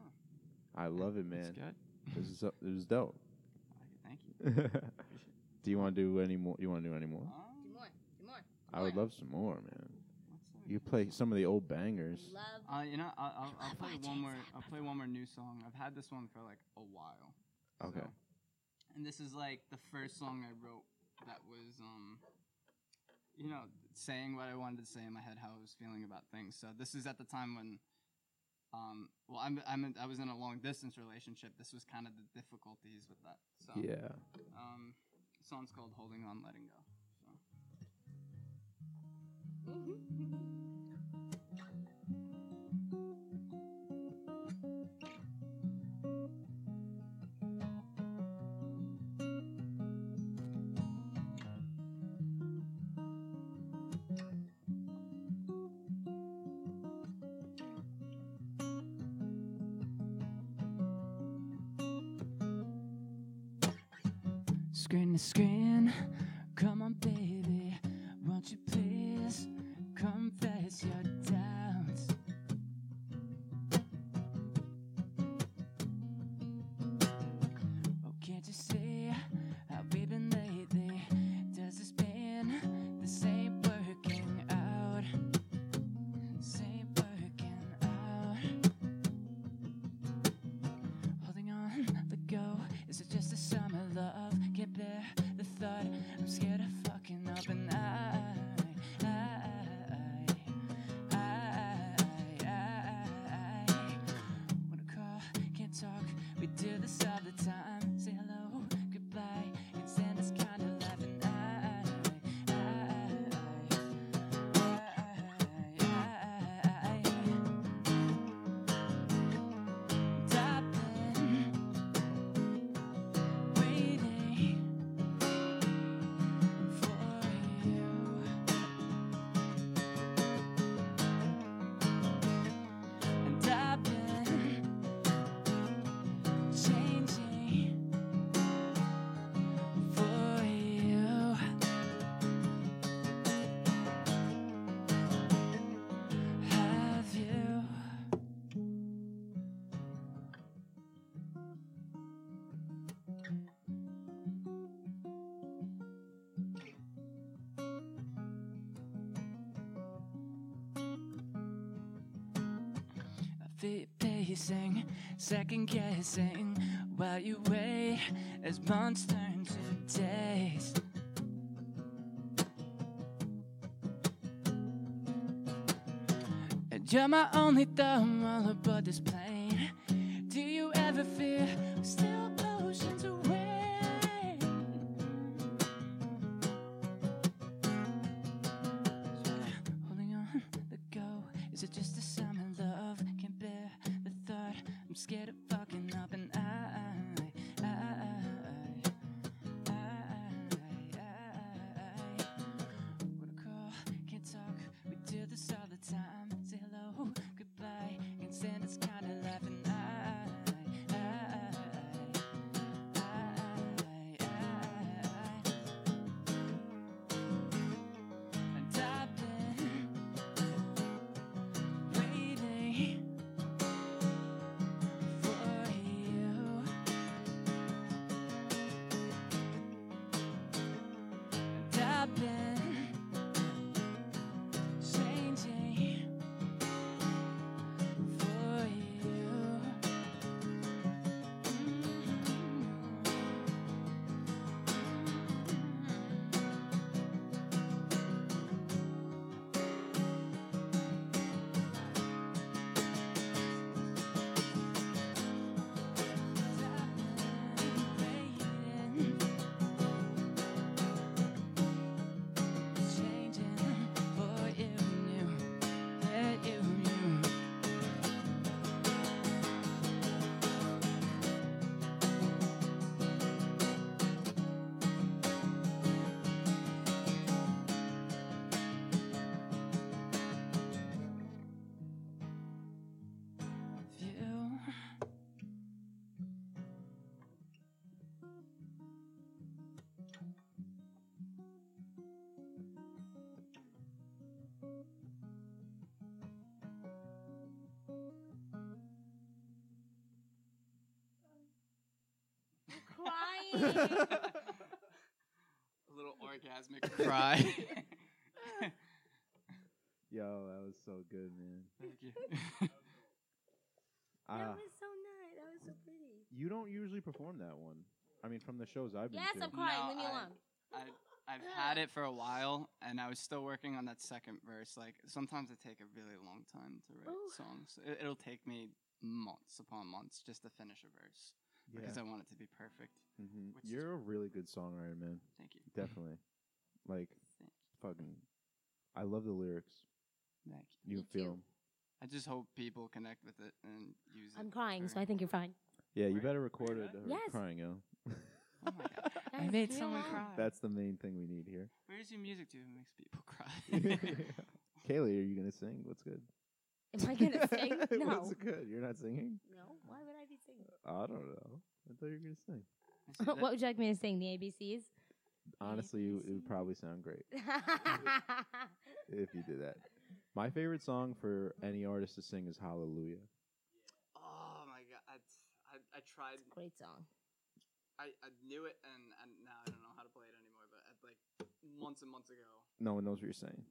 I love it,
it's
man.
good.
This is it was dope. (laughs)
I like it, Thank you.
do you want to do any more? You want to do any more?
Do
Um,
more. Do more.
I would love some more, man.
what's that?
You play some of the old bangers.
(laughs) Love.
Uh, you know, I'll, I'll, I'll
love
play one
watching
more.
Zappa
I'll play one more new song. I've had this one for like a while.
Okay.
so- and this is like the first song I wrote that was, um, you know, saying what I wanted to say in my head, how I was feeling about things. So this is at the time when, um, well, I'm, I'm in- I was in a long distance relationship. This was kind of the difficulties with that. So
Yeah.
um, the song's called "Holding On, Letting Go." So. Screen to screen, come on, baby, won't you please confess your doubts? Oh, can't you see how we've been lately? Does this mean this ain't working out? This ain't working out. Holding on, let go. Is it just a summer love? Can't bear the thought. I'm scared of fucking up, and I, I, I, I, I, wanna call, can't talk. We do this all the time. Say hello, goodbye, and send us kind of life, and I, I, I, I, I, I Have you? feet pacing, second guessing while you wait as months turn to days. And you're my only thought while aboard this plane. Do you ever feel still oceans away? Holding on, let go. Is it just a summer love? Can't bear the thought. I'm scared of fucking up, and I, I, I, I, I, I wanna call, can't talk. We do this all the time. Say hello, goodbye, and send us kind of laughing. I, I, I, I, I, Mm-hmm. A little orgasmic
(laughs)
cry.
Yo, that was so good, man.
Thank you.
Ah.
that was so nice. That was so pretty.
you don't usually perform that one. I mean, from the shows I've been
Yes,
to.
I'm crying.
No,
Leave me
I-
alone.
I, I've had it for a while, and I was still working on that second verse. Like sometimes it take a really long time to write
Ooh.
songs. It, it'll take me months upon months just to finish a verse because
yeah.
I want it to be perfect.
Mhm.
which is-
You're a really good songwriter,
(laughs)
man.
Thank you.
Definitely. Like,
Thank
fucking. I love the lyrics.
you. Thank you.
You
Me
can feel
too.
'em.
I just hope people connect with it and use it.
(laughs) I'm crying,
for-
so I think you're fine.
Yeah, you
Right.
better record it.
Right.
her
Yes.
Crying, yo.
Oh my
(laughs)
god! I
Guys,
made
leave me
someone
alone.
cry.
(laughs) That's the main thing we need
(laughs)
here. (laughs)
Where's your music to makes people cry?
Kaylee, are you gonna sing? What's good?
Am
(laughs)
I gonna sing? No.
What's good? You're not singing?
No. Why would I be singing?
I don't know. I thought you were gonna sing.
I said that-
(laughs) what would you like me to sing? The ABCs?
Honestly, it would- it would probably sound
(laughs)
great if you did that. My favorite song for any artist to sing is Hallelujah.
oh my god! I, I, I tried.
Great song.
I, I knew it, and, and now I don't know how to play it anymore. But at, like months and months ago,
No one knows what you're saying.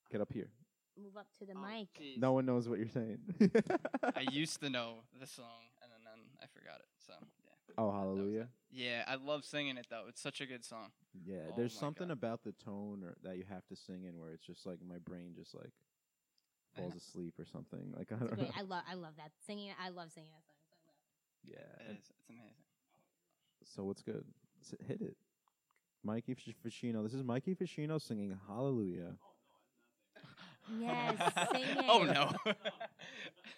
like,
Get up here.
Move up to the
oh, (laughs)
mic.
jeez.
No one knows what you're saying.
I used to know the song, and then, then I forgot it. So yeah,
oh, Hallelujah.
yeah, I love singing it though. It's such a good song.
Yeah,
Oh
there's
my
something
God.
about the tone or that you have to sing in where it's just like my brain just like falls asleep or something. Like I
It's
don't know.
great. I love. I love that singing. I love singing that song. So I love it.
Yeah.
It is. It's amazing.
So what's good? S- Hit it. Mikey Fish- Ficino. This is Mikey Ficino singing Hallelujah.
(laughs)
(laughs) Yes, sing it.
(laughs)
oh no!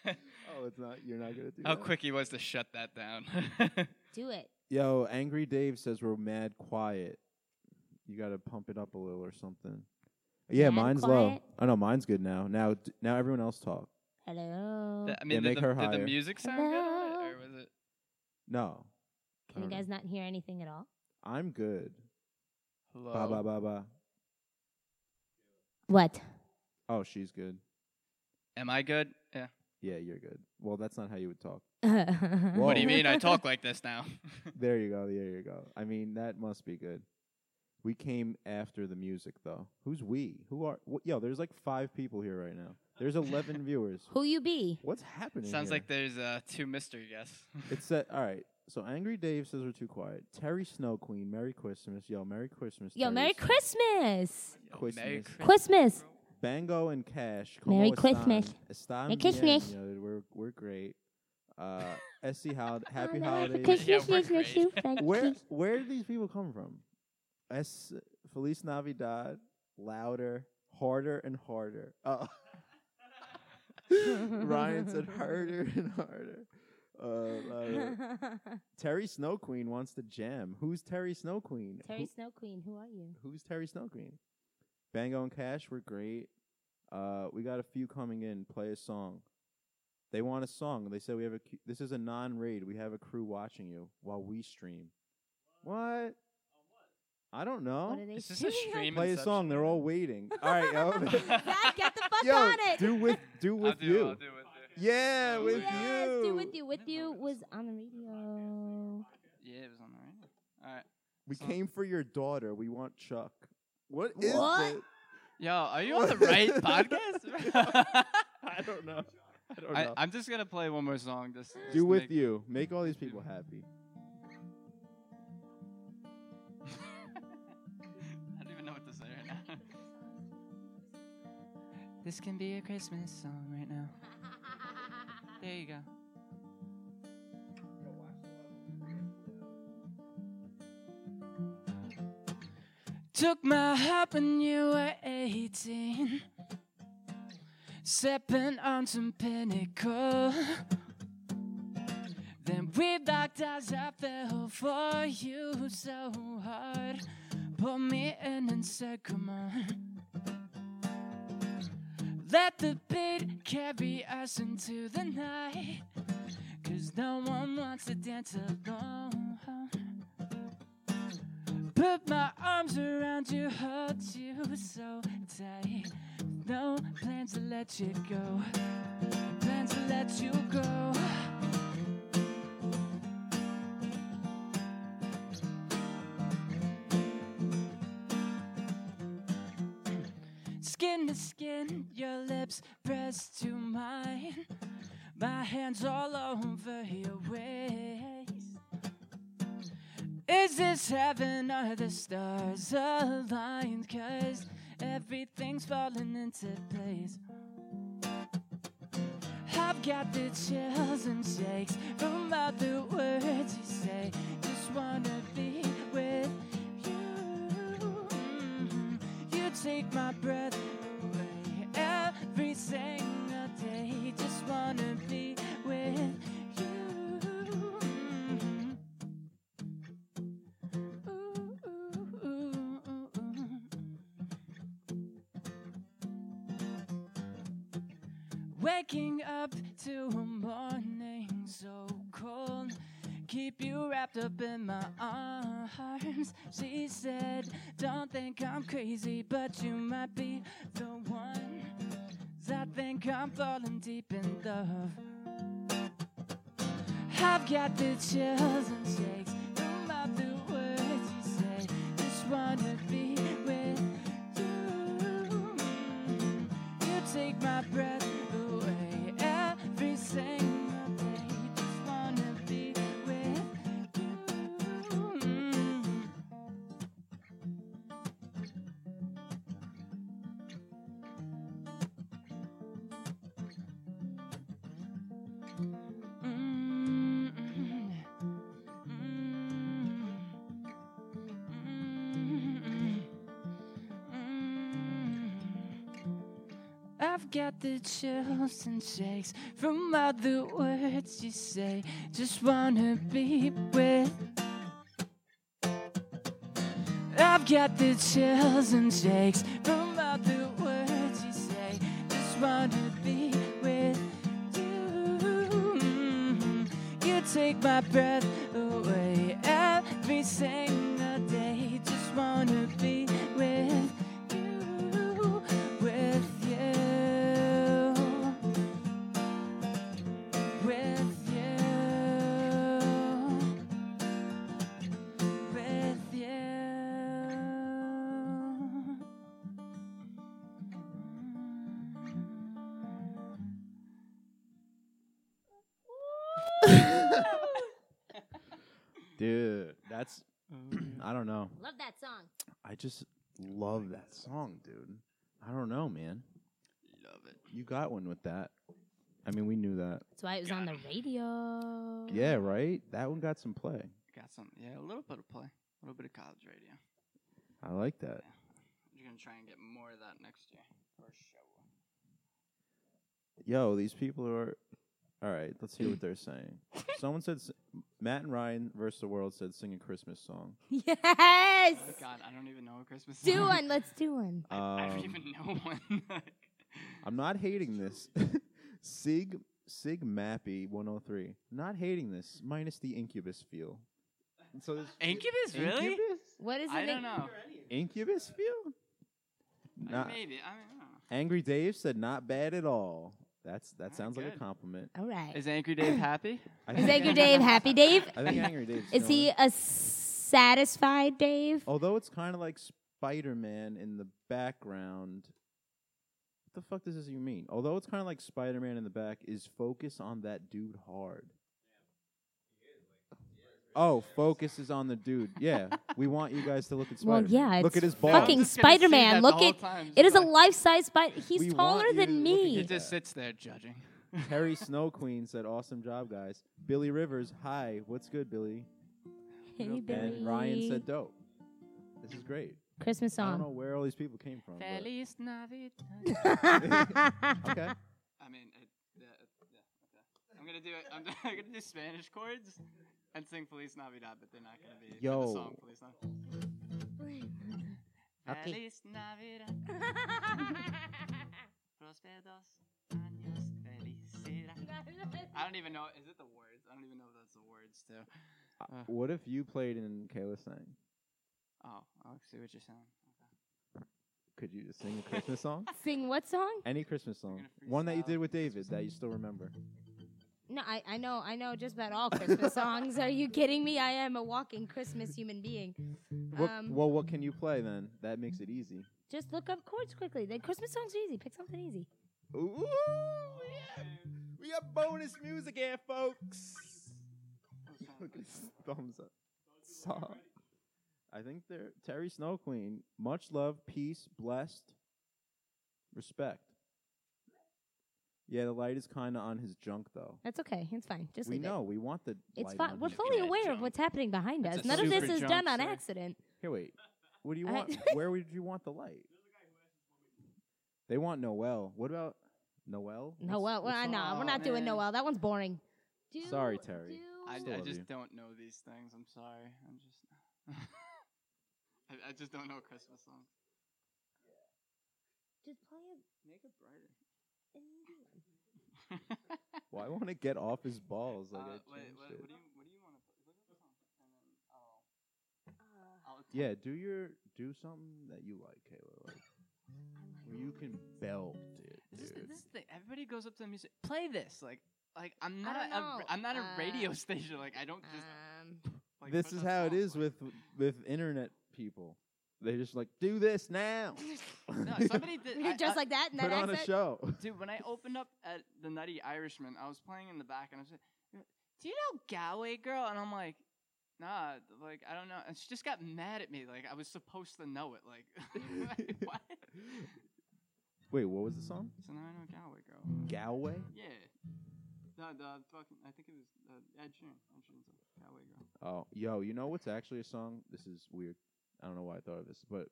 Oh, it's not. You're not gonna do
How
that?
quick he was to shut that down.
Do it.
Yo, Angry Dave says we're mad quiet. You got to pump it up a little or something. Yeah,
Mad
mine's
quiet?
low. I know mine's good now. Now, d- now everyone else talk.
Hello.
(laughs) I mean,
Yeah,
did,
make
the,
her
did the
higher.
music sound good on
Hello?
it, or was it?
No,
Can you
I don't
guys not hear anything at all?
I'm good.
Hello.
Ba ba ba ba.
What? (laughs)
Oh, she's good.
Am I good? Yeah.
Yeah, you're good. Well, that's not how you would talk. (laughs)
What do you
Whoa.
mean? I talk like this now.
There you go. There you go. I mean, that must be good. We came after the music, though. Who's we? Who are? Wh- yo, there's like five people here right now.
(laughs)
There's 11 viewers.
(laughs) Who you be?
What's happening?
Sounds
here?
like there's uh, two mystery guests. (laughs)
It said, all right. So Angry Dave says we're too quiet. Terry Snow Queen, Merry Christmas. Yo, Merry Christmas.
Yo,
Terry
Merry
Snow-
Christmas.
Christmas.
Merry Christmas.
Christmas.
Bango and Cash.
Merry
están?
Christmas.
Están
Merry
bien,
Christmas.
yo, We're, we're great. Uh, SC
(laughs)
Holiday. Happy
Merry
Holidays.
Yeah,
Christmas,
we're
Christmas,
great.
Christmas.
(laughs) Where where do these people come from? S Feliz Navidad, louder, harder and harder. Oh. (laughs) Ryan said harder and harder. Uh,
(laughs)
louder. Terry Snow Queen wants to jam. Who's Terry Snow Queen?
Terry Snow Queen, who are you?
Who- who's Terry Snow Queen? Bango and Cash were great. Uh, we got a few coming in. Play a song. They want a song. They said we have a. cu- This is a non-raid. We have a crew watching you while we stream. What? I don't
What
know.
are they
Is this a
singing?
stream?
Play a
inception?
song. They're all waiting. All right, yo.
(laughs) Zach, get the
(laughs)
fuck
yo,
on it.
do with do
I'll
with
do,
you.
I'll do it.
Yeah, with
yes,
you.
do with you. With you was on the radio.
Yeah, it was on the radio. All right.
We
So-
came for your daughter. We want Chuck. What is
What?
it?
Yo, are
(laughs)
you on the right podcast? (laughs)
I don't know. (laughs) I don't
I,
know.
I'm just gonna play one more song. Just just
do
to
with
make-
you. Make all these people happy.
I don't even know what to say right now. This can be a Christmas song right now. There you go. Took my hop when you were 18. Sipping on some pinnacle. Then we backed as I fell for you so hard. Put me in and said, come on. Let the beat carry us into the night. Cause no one wants to dance alone. Put my arms around you, hold you so tight. No plans to let you go. Plans to let you go. Skin to skin, your lips pressed to mine. My hands all over your waist. Is this heaven? Are the stars aligned? Cause everything's falling into place. I've got the chills and shakes from all the words you say. Just wanna be with you. Mm, You take my breath away every single day. Just wanna be with you. Mm. Ooh, ooh, ooh, ooh, ooh. Waking up to a morning so cold. Keep you wrapped up in my arms. She said, Don't think I'm crazy, but you might be the one. 'Cause I think I'm falling deep in love. I've got the chills and shakes from all the words you say. Just wanna be with you. You take my breath away every single day. Just wanna be with you. Mm. Mm-hmm. Mm, mm, mm, mm, Mm-hmm. mm. I've got the chills and shakes from all the words you say. Just wanna be with. I've got the chills and shakes from all the words you say. Just wanna be with you. Mm, You take my breath away every single day. Just wanna be with you, with you, with you with you.
Dude, that's (clears throat) I don't know.
Love that song.
I just love that song, dude. I don't know, man. Love it. You got one with that. I mean, we knew that.
That's why it was on the radio.
Yeah, right? That one got some play.
Got some, yeah, a little bit of play, a little bit of college radio.
I like that.
You're gonna try and get more of that next year. For sure.
Yo, these people are. All right, let's hear what they're saying. Someone said s- Matt and Ryan versus the world said sing a Christmas song.
(laughs) Yes.
Oh God, I don't even know a Christmas.
Do
(laughs) song.
one. Let's do one.
I, I
Um,
don't even know (laughs) one.
I'm not hating this. (laughs) Sig Sig Mappy 103. Not hating this. Minus the Incubus feel. So there's
Incubus, really?
Incubus?
What is it?
I don't know.
Incubus feel? Not,
Maybe I don't know.
Angry Dave said not bad at all. That's that sounds like a
good.
compliment.
All right.
Is Angry
(clears throat)
Dave happy?
I
Is
think-
Angry Dave happy Dave?
I think Angry Dave.
Is he a satisfied Dave?
Although it's kind of like Spider Man in the background. What the fuck does this even mean? Although it's kind of like Spider Man in the back, is focus on that dude hard. Oh, focus is on the dude. Yeah, we want you guys to look at
Well,
Spider.
yeah,
look at
it's
his balls.
fucking
Just gonna say
Spider-Man,
that the
look
whole
at-
time,
It is a
but
life-size spider. He's
We
taller
want you
than
to look at
He
me.
your-
just sits
(laughs)
there judging.
Harry Snow Queen said, "Awesome job, guys." Billy Rivers, hi, what's good, Billy?
Hey,
And Ryan
Billy.
said, "Dope." This is great.
Christmas
I don't know
song.
where all these people came from. but-
Feliz
(laughs)
Navidad.
Okay.
(laughs)
I mean, it, yeah, it, yeah, okay. I'm gonna do it. I'm, (laughs) I'm gonna do Spanish chords and sing Feliz Navidad, but they're not gonna be in the song
Yo.
Feliz Navidad.
Okay.
Feliz Navidad, prosperos años, felicidad. I don't even know. Is it the words? I don't even know if that's the words too. Uh,
What if you played and Kayla sang?
oh, I'll see what you're saying.
Could you just sing a Christmas
(laughs)
song? (laughs)
Sing what song?
Any Christmas song.
gonna freeze
One that you
out
did with
Christmas
David that you still remember.
No, I, I know I know just about all
(laughs)
Christmas songs. Are you kidding me? I am a walking Christmas human being.
What,
Um,
well, what can you play then? That makes it easy.
Just look up chords quickly. The Christmas songs are easy. Pick something easy.
Ooh, yeah. We got bonus music here, folks. Look at his (laughs) thumbs up. Stop. I think they're Terry Snow Queen. Much love, peace, blessed, respect. Yeah, the light is kind of on his junk, though.
That's okay. It's fine. Just
we
leave it.
know. We want the.
It's
light
fine.
on
We're
his
fully
junk.
aware
junk.
of what's happening behind
That's
us.
a
None of this
super
is
junk,
done on
sir.
accident.
Here, wait. What do you
I-
want? Where would you want the light? They want Noel. What about Noel?
No, well,
What's-
well
what's-
no, we're not doing
man.
Noel. That one's boring. Do,
Sorry, Terry.
do-
I,
Still
I
love
just
you.
don't know these things. I'm sorry. I'm just. (laughs) I, I just don't know Christmas songs.
just play it
Make it brighter.
in
(laughs)
the-
Well, I want to get off his balls. Like,
Uh,
I
wait,
changed
what,
it.
what do you what do you want to put? Look at the song, and then I'll,
Uh,
I'll attempt-
Yeah, do your do something that you like, Kayla. Like, where you can belt it,
This is, the,
dude.
this is the thing. Everybody goes up to the music. Play this, like like I'm
I
not
don't
a ra-
know.
I'm not a
Uh,
radio (laughs) station. Like I don't just.
um,
Like,
this
put
is
the
how it
songs,
is
like-
with with internet people. They just like do this now.
(laughs) (laughs)
(laughs)
No, somebody did. (laughs) I-
um, (laughs) just
I-
like that. And
put
that
on a
accent.
show. (laughs)
Dude, when I opened up at the Nutty Irishman, I was playing in the back, and I said, "Do you know Galway Girl?" And I'm like, "Nah, like I don't know." And she just got mad at me. Like I was supposed to know it. Like
(laughs)
(laughs) what?
Wait, what was the song?
So now I know Galway Girl.
Galway.
Yeah. No, the fucking. I think it was uh, Ed Sheeran. Ed Sheeran's a Galway Girl.
Oh, yo, you know what's actually a song? This is weird. I don't know why I thought of this, but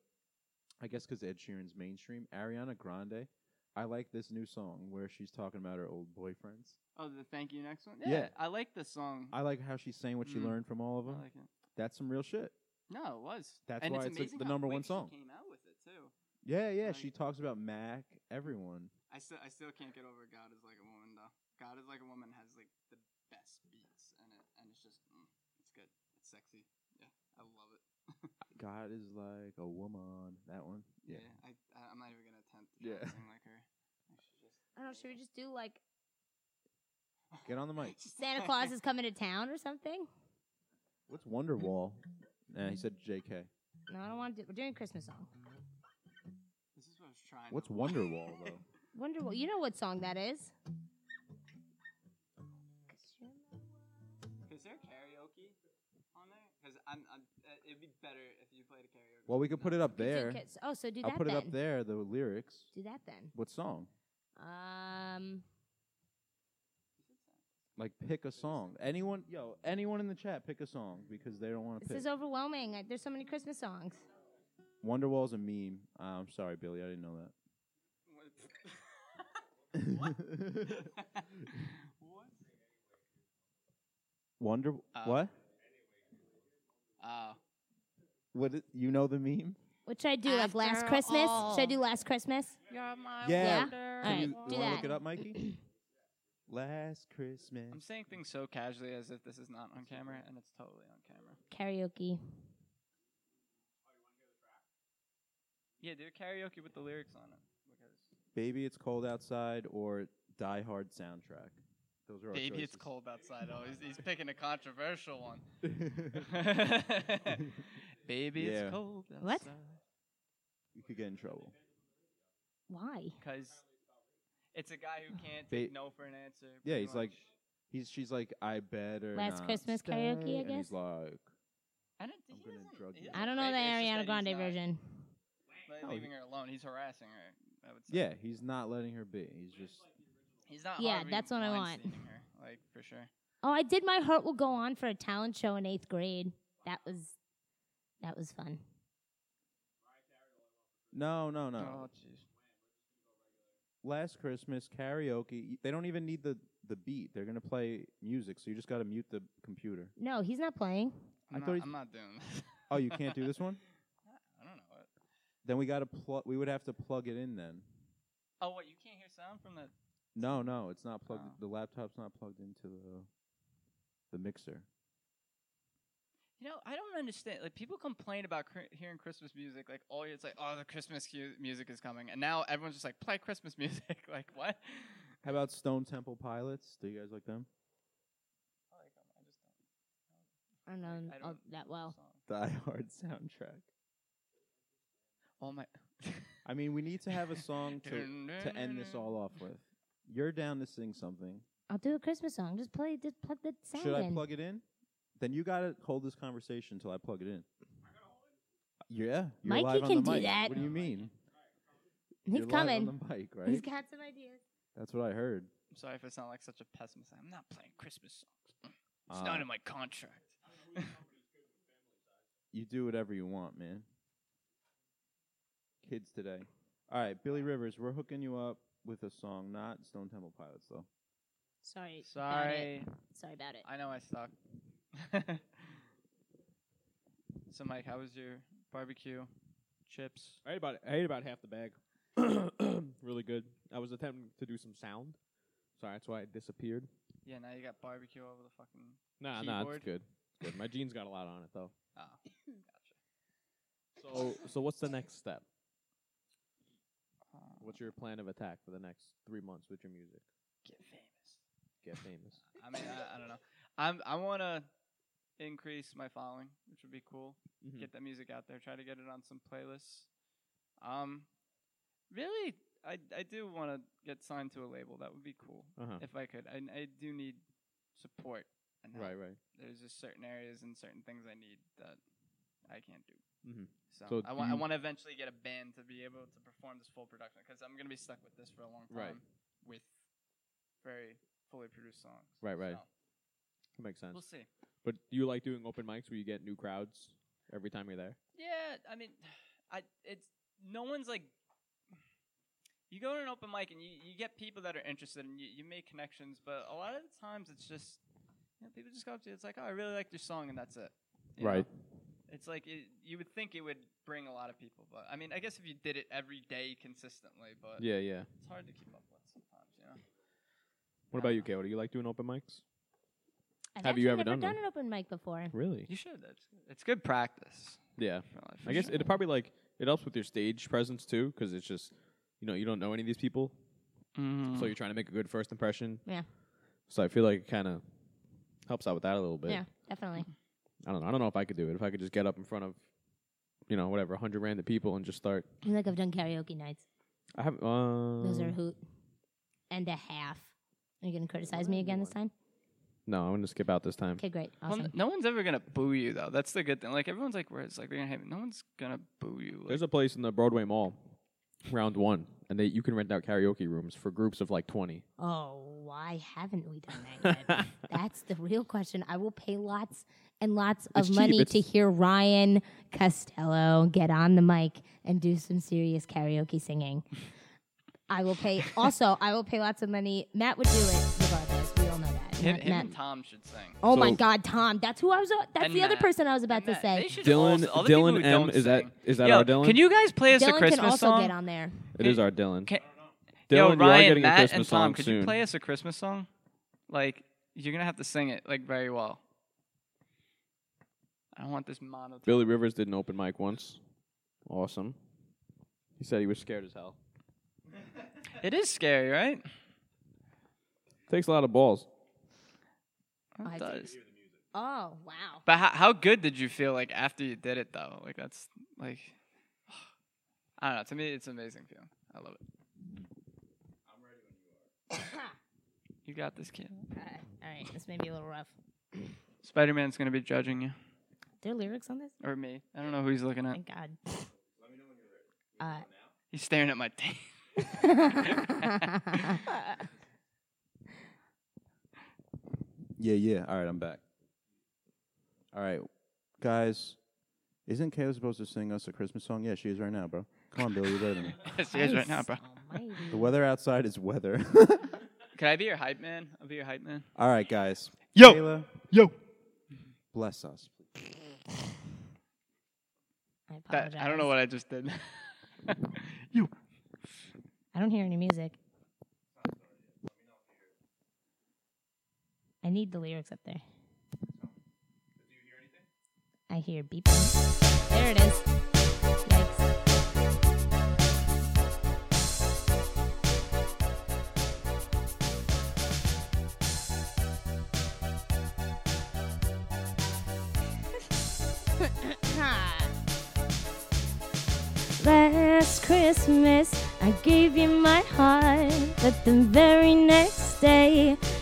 I guess because Ed Sheeran's mainstream. Ariana Grande. I like this new song where she's talking about her old boyfriends.
Oh, the thank you next one.
Yeah.
Yeah, I like the song. I,
I like how she's saying what she
Mm.
learned from all of them.
like it.
That's some real shit.
No, it was.
That's
and
why
it's
it's, like,
amazing
the
how
number
quick
one
she
song.
Came out with it too.
Yeah, yeah. she
Like-
talks about Mac, everyone.
I still, I still can't get over God is like a woman though. God is like a woman has like the best beats in it, and it's just, mm, it's good, it's sexy. Yeah, I love it.
God is like a woman. That one. Yeah.
I, I I'm not even gonna attempt to try
Yeah.
to sing like her. I should just.
I don't know. Should we just do like
Get on the
(laughs)
mic.
Santa Claus is coming to town or something?
What's Wonderwall? Nah, he said J.K.
No, I don't want to do. We're doing a Christmas song.
This is what I was trying.
What's
to- (laughs)
Wonderwall though?
Wonder what you know what song that is.
Is there karaoke on there? Because I'm, I'm uh, it'd be better if you played a karaoke.
Well, we could put it up there.
Do kids- Oh, so do
I'll
that
put
then.
it up there. The lyrics.
Do that then.
What song?
Um,
Like pick a song. Anyone, yo, anyone in the chat, pick a song because they don't want to
this
pick.
is overwhelming. I, there's so many Christmas songs.
Wonderwall's a meme. Uh, I'm sorry, Billy, I didn't know (laughs)
what?
that.
(laughs) what?
(laughs) Wonder
Uh,
what?
Oh.
What? i- You know the meme?
What should I do? like
After
Last Christmas? Should I
all.
do Last Christmas?
You're my
Yeah.
wonder.
All
Can
right,
you,
do
want to
that.
look it up,
(clears throat)
Mikey? Last
I'm
Christmas.
saying things so casually as if this is not on camera, and it's totally on camera.
Karaoke.
Yeah, do a karaoke with the lyrics on it. Because
Baby, it's cold outside, or Die Hard soundtrack. Those are our
Baby, it's
choices. (laughs)
cold outside. Oh, he's, he's picking a controversial (laughs) one. Baby,
Yeah.
it's cold outside.
What?
you could get in trouble.
Why?
Because it's a guy who can't
Ba-
take no for an answer.
Yeah,
pretty
he's like,
much.
he's she's like, I better
Last
not
Christmas
stay,"
karaoke, I
and he's
guess?
like,
I don't.
I'm
he
gonna
doesn't-
drug
he
you.
doesn't
I don't know
rape
the
her, it's just
Ariana
that he's
Grande
not,
version.
like,
No,
leaving her alone. He's harassing her. I would say.
yeah, he's not letting her be. He's just
He's not.
Yeah,
Harvey
that's what I want.
Weinsteining her, like for sure.
Oh, I did My Heart Will Go On for a talent show in eighth grade. That was that was fun.
no, (laughs) no, no.
Oh, jeez.
Last Christmas karaoke. y- They don't even need the the beat. They're gonna play music, so you just gotta mute the computer.
No, he's not playing.
I
I'm,
thought
not,
he's-
I'm not doing this.
Oh, you can't do this (laughs) one.
(laughs) I don't know what.
Then we gotta plug. We would have to plug it in then.
Oh, what? You can't hear sound from the.
No, no, it's not plugged.
Oh.
The laptop's not plugged into the the mixer.
You know, I don't understand. Like people complain about cr- hearing Christmas music. Like all year, it's like, oh, the Christmas cu- music is coming, and now everyone's just like, play Christmas (laughs) music. like what?
How about Stone Temple Pilots? Do you guys like (laughs) them?
I like 'em, I just don't.
I don't know
I don't
all that well.
song.
Die Hard soundtrack.
Oh my. (laughs)
I mean, we need to have a song to to end this all off with. You're down to sing something.
I'll do a Christmas song. Just play. Just plug the sound
Should I
in.
plug it in? Then you gotta hold this conversation until I plug it in. Yeah, you're
Mikey
live on
can
the
do
mic.
that.
What do you mean?
He's
You're live
coming.
on the mic, right?
(laughs) He's got some ideas.
That's what I heard.
I'm sorry if I sound like such a pessimist. I'm not playing Christmas songs. It's
Uh,
not in my contract.
(laughs)
(laughs)
You do whatever you want, man. Kids today. All right, Billy Rivers, we're hooking you up with a song, not Stone Temple Pilots, though.
Sorry. about it.
Sorry.
Sorry about it.
I know I suck. (laughs) so, Mike, how was your barbecue? Chips?
I ate about I ate about half the bag. (coughs) really good. I was attempting to do some sound. Sorry, that's why it disappeared.
Yeah, now you got barbecue over the fucking.
Nah, nah,
Keyboard?
it's good. It's good. My jeans got a lot on it though.
Oh, gotcha.
So so what's the next step?
Uh,
What's your plan of attack for the next three months with your music?
get famous?
Get famous.
I mean, I, I don't know. I'm I want to increase my following, which would be cool.
Mhm.
Get that music out there. Try to get it on some playlists. Um, really, I I do want to get signed to a label. That would be cool
Uh huh.
if I could. I I do need support. And help.
Right, right.
There's just certain areas and certain things I need that I can't do.
Mhm.
So,
So
I
do
want I
you-
want to eventually get a band to be able to perform this full production because I'm gonna be stuck with this for a long time
Right.
with very fully produced songs.
Right, right.
So,
That makes sense.
we'll see.
But do you like doing open mics where you get new crowds every time you're there?
Yeah, I mean, (sighs) I it's no one's like. You go to an open mic and you, you get people that are interested and you, you make connections, but a lot of the times it's just you know, people just go up to you. It's like, oh, I really like your song, and that's it. you know? It's like it, you would think it would bring a lot of people, but I mean, I guess if you did it every day consistently, but
Yeah, yeah.
it's hard to keep up with sometimes, you
(laughs)
know.
What about you, Kayla? Do you like doing open mics?
I've
Have you
actually
ever
never
done one?
an open mic before?
Really?
You should. It's good, it's good practice.
Yeah.
for life, for
I guess
sure.
it probably like it helps with your stage presence too, because it's just you know you don't know any of these people,
Mm-hmm. Mm.
so you're trying to make a good first impression.
Yeah.
So I feel like it kind of helps out with that a little bit.
Yeah, definitely.
I don't know. I don't know if I could do it. If I could just get up in front of you know whatever hundred random people and just start.
I feel like I've done karaoke nights.
I have. Uh,
Those
Mm.
are a hoot and a half. Are you gonna criticize me again this time?
no, I'm gonna skip out this time.
Okay, great.
Well,
Awesome.
no one's ever gonna boo you though. That's the good thing. Like everyone's like, where it's like they're gonna hate. me. No one's gonna boo you. Like,
There's a place in the Broadway Mall, round one, and they, you can rent out karaoke rooms for groups of like twenty.
Oh, why haven't we done that yet? That's the real question. I will pay lots and lots of
It's cheap,
money to
it's-
hear Ryan Costello get on the mic and do some serious karaoke singing. I will
(laughs)
pay. Also, I will pay lots of money. Matt would do it regardless. We all know that.
him,
Matt,
him
Matt-
and Tom should sing.
oh my
So-
God, Tom. That's who I was. That's
And
the other
Matt.
person I was about
And
to
that-
say.
they should
Dylan,
also- all the people who
Dylan M.
don't
Is that
sing.
is that
Yo,
our Dylan?
Can you guys play us a
Dylan
Christmas
can also
song?
get on there.
It is our Dylan.
Can-
Dylan,
Yo,
you are
Ryan,
getting
Matt,
a Christmas
and Tom,
song
could
soon.
you play us a Christmas song? Like you're gonna have to sing it like very well. I don't want this monotone.
Billy Rivers did an open mic once. Awesome. He said he was scared as hell.
It is scary, right?
Takes a lot of balls.
Oh,
It
I see.
does.
Oh wow.
But how, how good did you feel like after you did it though? Like that's like (sighs) I don't know. To me, it's an amazing feeling. I love
(coughs)
it. You got this, kid.
all right, this may be a little rough.
Spider Man's gonna be judging you
There are lyrics on this?
or me. I don't know who he's looking at.
Thank God. Uh, Let
He's staring at my (laughs) tape.
me know when you're ready. Uh,
Yeah, yeah. All right, I'm back. All right, guys. Isn't Kayla supposed to sing us a Christmas song? Yeah, she is right now, bro. Come on, Billy, you're better than me.
Yes, he is right now,
Christ
bro.
almighty.
The weather outside is weather. (laughs)
Could I be your hype man? I'll be your hype man.
All right, guys.
Yo,
Kayla,
yo.
bless us.
I
That,
apologize.
I don't know what I just did. (laughs)
I don't hear any music. I need the lyrics up there. I hear beeping. There it is. Yikes. Let last Christmas, I gave you my heart, but the very next day,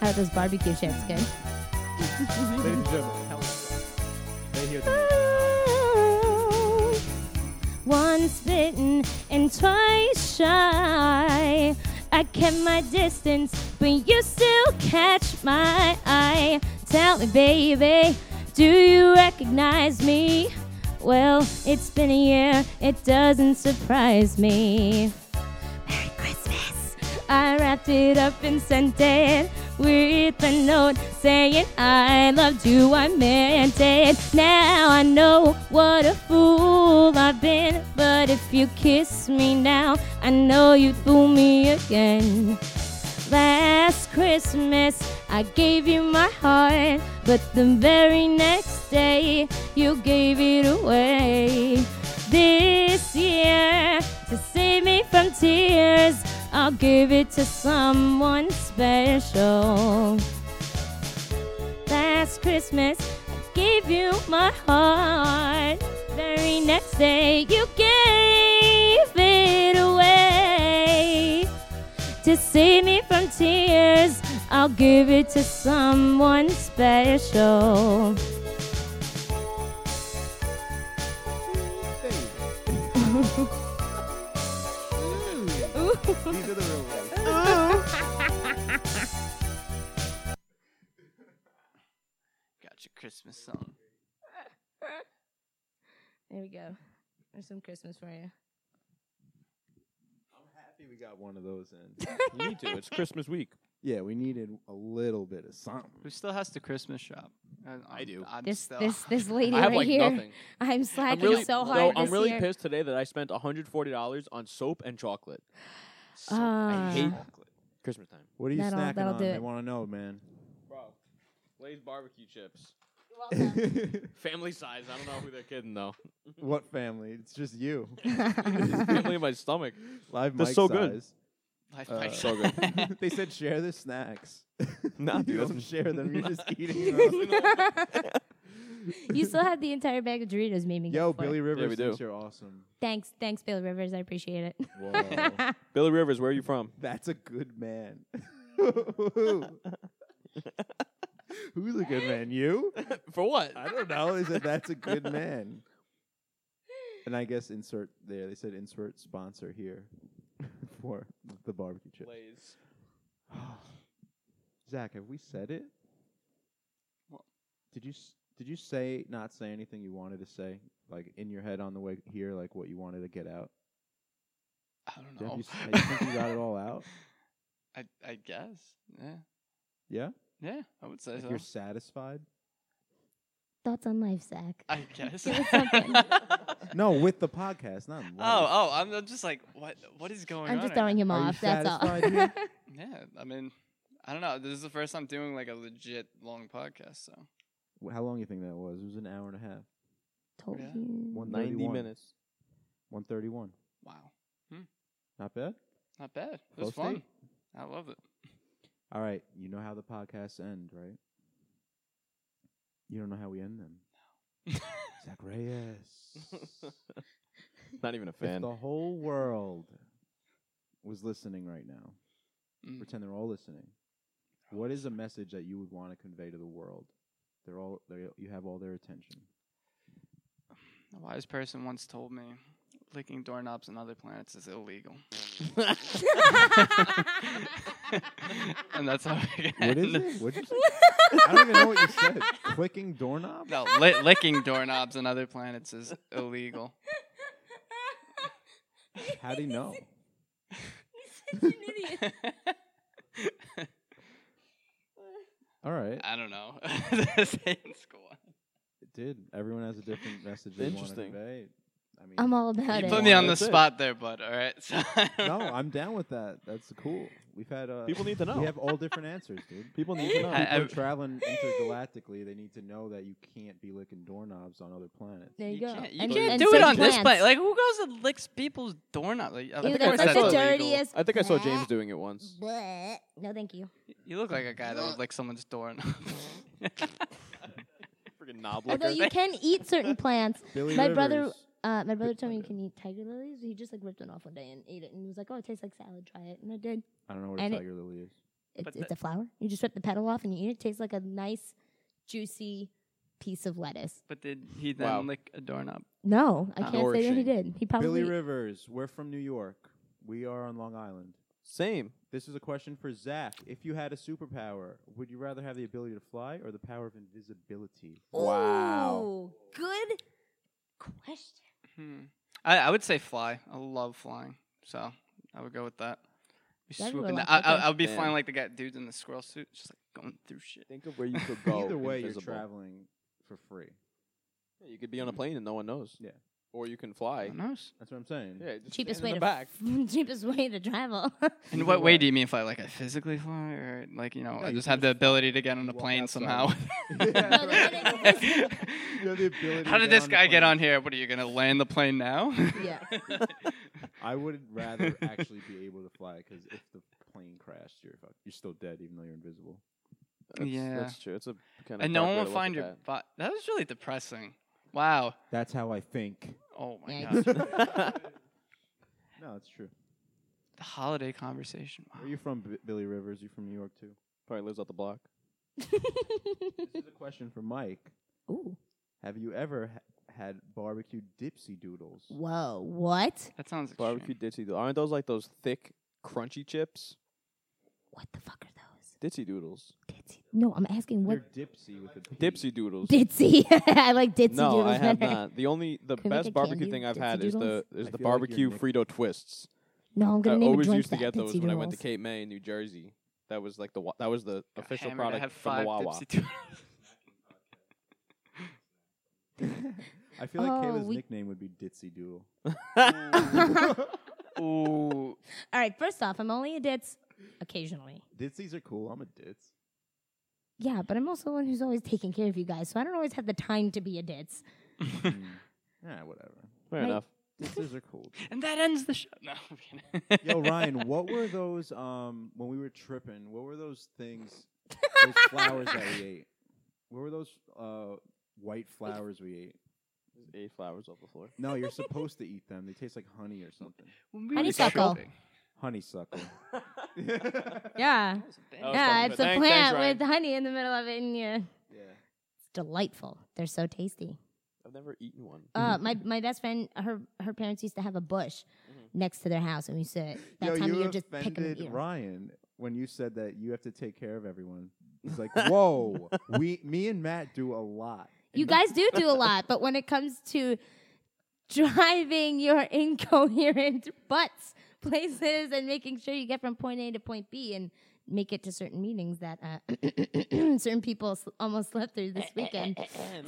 How does barbecue chefs go?
Ladies and gentlemen, they hear the
Once bitten and twice shy. I kept my distance, but you still catch my eye. Tell me, baby, do you recognize me? Well, it's been a year, it doesn't surprise me. Merry Christmas. I wrapped it up and sent it with a note saying I loved you, I meant it. Now I know what a fool I've been, but if you kiss me now, I know you'd fool me again. Last Christmas, I gave you my heart, but the very next day, you gave it away. This year, to save me from tears, I'll give it to someone special. Last Christmas, I gave you my heart. Very next day, you gave it away. To save me from tears, I'll give it to someone special.
These are the real ones.
Got your Christmas song.
There we go. There's some Christmas for you.
I'm happy we got one of those in. (laughs)
You need to. It's Christmas week.
yeah, we needed a little bit of something.
Who still has to Christmas shop? And
I
I'm-
do.
I'm
This
still- (laughs)
this this lady
I have
right
like
here.
nothing.
I'm slacking
really,
so hard
no,
this
I'm really
year.
pissed today that I spent $140 on soap and chocolate.
Soap and
I hate
chocolate.
Christmas time.
What are you
That'll-
snacking
that'll
on?
do
They
it.
want to know, man.
Bro, Lay's barbecue chips.
Welcome.
Family size. I don't know who they're kidding, though.
(laughs)
(laughs)
what family? It's just
(laughs)
you.
Family in my stomach.
Live
That's
mic
so good.
size.
Life
Uh,
might
so
suck. (laughs)
(laughs) they said share the snacks.
(laughs) Nah,
(laughs)
dude,
you
that's-
don't share them. You're
(laughs)
just eating. your own.
you still had the entire bag of Doritos made me
Yo,
go for it.
Billy Rivers
we do.
thinks you're awesome.
Thanks, thanks, Bill Rivers. I appreciate it. (laughs)
Whoa.
Billy Rivers, where are you from?
That's a good
(laughs)
man. (laughs) Who's a good man? You?
For what?
I
(laughs)
don't know. They said that's a good man. And I guess insert there. They said insert sponsor here (laughs) for the barbecue chip.
Lay's.
(gasps) Zach, have we said it?
What?
Did you s- did you say not say anything you wanted to say, like in your head on the way here, like what you wanted to get out?
I don't
Did
know.
you, s- you think you got it all
(laughs)
out?
I I guess. Yeah.
Yeah,
Yeah. I would say
Like
so.
you're satisfied.
Thoughts on life, Zach?
(laughs) I guess.
Give
(laughs)
us something.
No, with the podcast, not. in
Oh,
life.
oh, I'm, I'm just like, what? What is going
I'm
on?
just
right
throwing
now?
him
Are you
off. That's
satisfied here?
all.
Yeah, I mean, I don't know. This is the first time doing like a legit long podcast, so
Wh- How long you think that was? It was an hour and a half.
(laughs) Told
Yeah.
(laughs) you.
131.
90 minutes.
One thirty-one.
wow,
Not bad.
not bad. It
Close
was fun.
date.
I love it.
All right. You know how the podcasts end, right? You don't know how we end them. (laughs) Zach
(laughs)
Reyes.
Not even a
If
fan.
the whole world was listening right now,
Mm.
pretend they're all listening. What is a message that you would want to convey to the world? They're all they you have all their attention.
A wise person once told me, licking doorknobs on other planets
(laughs)
is illegal, (laughs) and that's how. I
What is
(laughs)
end.
it? What'd you say? I don't even know what you
(laughs)
said. Clicking doorknob?
No, li- licking doorknobs on other planets is illegal.
(laughs) How do you know?
(laughs)
He's such an idiot.
All right.
I don't know. (laughs) in school.
It did. Everyone has a different message they want to
Interesting.
convey. I mean,
I'm all about
You
it.
put me on the
That's it.
spot there, bud. All right. (laughs) So
no, I'm down with that. That's cool. We've had uh,
People need to know.
We have all different answers, dude.
People need to know.
I-
People
I-
are traveling intergalactically. They need to know that you can't be licking doorknobs on other planets.
There you,
you
go.
can't, you
And-
can't
and
do it
such
on this
plants.
planet. Like, who goes and licks people's doorknob? Like, I
Ew,
think
that's
that's
such
illegal.
a dirtiest.
(laughs) I think I saw (laughs)
bleh.
James doing it once.
Bleh. No, thank you.
You look like a guy that would lick someone's doorknob. (laughs)
Freaking knob
Although
licker.
(laughs)
you can eat certain plants.
Billy
My
Rivers.
brother- Uh, my brother told me you can eat tiger lilies. He just like ripped one off one day and ate it, and he was like, "Oh, it tastes like salad. Try it." And I did.
I don't know what a
and it-
tiger lily is.
It's,
But
it's a flower. You just rip the petal off and you eat it. It tastes like a nice, juicy piece of lettuce.
but did he then
Wow.
lick a doorknob?
No, I
Ah.
can't say that he did. He probably.
Billy Rivers. We're from New York. We are on Long Island.
Same.
This is a question for Zach. If you had a superpower, would you rather have the ability to fly or the power of invisibility?
Ooh, good question.
Hmm. I, I would say fly. I love flying, so I would go with that. Be
That'd be
swooping
like-
down- I, I,
okay.
I would be
Yeah.
flying like the guy dudes in the squirrel suit, just like going through shit.
(laughs) Think of where you could go.
Either way,
invisible.
you're traveling for free.
Yeah, You could be on a plane and no one knows.
Yeah.
Or you can fly.
Who knows?
That's what I'm saying.
Yeah. Just
Cheapest
stand in
way to
the back.
(laughs) cheapest way to travel. (laughs)
In
Either
what way
way.
do you mean fly? Like I physically fly, or like you know,
No,
I
you
just
can
have the
just
ability to get on a
walk
plane
outside. (laughs)
somehow?
Yeah.
(laughs)
that is-
You have the ability
How
to get
did this
on the
guy get
plane.
on here? What are you gonna land the plane now? (laughs)
Yeah. (laughs)
I (laughs) would rather actually be able to fly because if the plane crashed, you're fuck- you're still dead even though you're invisible.
That's,
Yeah.
That's true. It's a kind of.
and no one will find your body. That was really depressing. Wow.
That's how I think.
Oh my
Yikes.
god. (laughs)
No, it's true.
The holiday conversation. Wow.
Where are you from, B- Billy Rivers? You from New York too?
Probably lives out the block.
This is a question for Mike.
Ooh.
Have you ever ha- had barbecue dipsy doodles?
Whoa. What?
That sounds extreme.
Barbecue ditzy. doo- Aren't those like those thick, crunchy chips?
What the fuck are those?
Ditzy
(laughs)
doodles.
Ditzy. No, I'm asking what.
They're dipsy with a P.
Dipsy doodles.
Ditzy. (laughs) I like ditzy
no,
doodles
I
(laughs)
have
better.
not. The only the
Can we make a
best barbecue
candy
thing I've
Dipsy
had
Doodles?
is the is
I feel like
the
you're
barbecue
Nick-
Frito twists.
No, I'm
I
gonna name
always
a drink
used to
that.
get those
Dipsy
when I went to
doodles.
Cape May in New Jersey. That was like the wa- that was the
Got
official
hammered. I
product
have
from the
five
Wawa.
Dipsy Doodles.
(laughs) I feel like
Oh,
Kayla's
we-
nickname would be Ditsy Doodle.
(laughs) Ooh.
All right. First off, I'm only a ditz occasionally.
(laughs) Ditsies are cool. I'm a ditz.
Yeah, but I'm also the one who's always taking care of you guys, so I don't always have the time to be a ditz.
Nah, Hmm. whatever.
Fair
Right.
enough.
Ditsies are cool.
and that ends the show. No. I'm kidding. (laughs)
Yo, Ryan, what were those um when we were tripping? What were those things? Those flowers that
(laughs)
we ate. What were those uh white flowers we ate?
There's eight flowers off the
(laughs)
floor. (laughs)
No, you're supposed to eat them. They taste like honey or something.
When we were
Honeysuckle.
shopping-
Honeysuckle.
(laughs)
Yeah.
Oh,
Yeah,
something.
it's a
Thanks-
plant
thanks, Ryan.
with honey in the middle of it, and yeah, it's
yeah.
delightful. They're so tasty.
I've never eaten
(laughs)
one.
Uh, my my best friend, her her parents used to have a bush
Mm-hmm.
next to their house, and we used to that
Yo,
time of
you
year just pick them.
offended
And eat 'em.
Ryan when you said that you have to take care of everyone. He's like, "Whoa, we, me and Matt do a lot."
(laughs)
You guys do do a lot, but when it comes to driving (laughs) your incoherent butts places and making sure you get from point A to point B and make it to certain meetings that uh, (clears throat) certain people s- almost slept through this
(laughs)
weekend.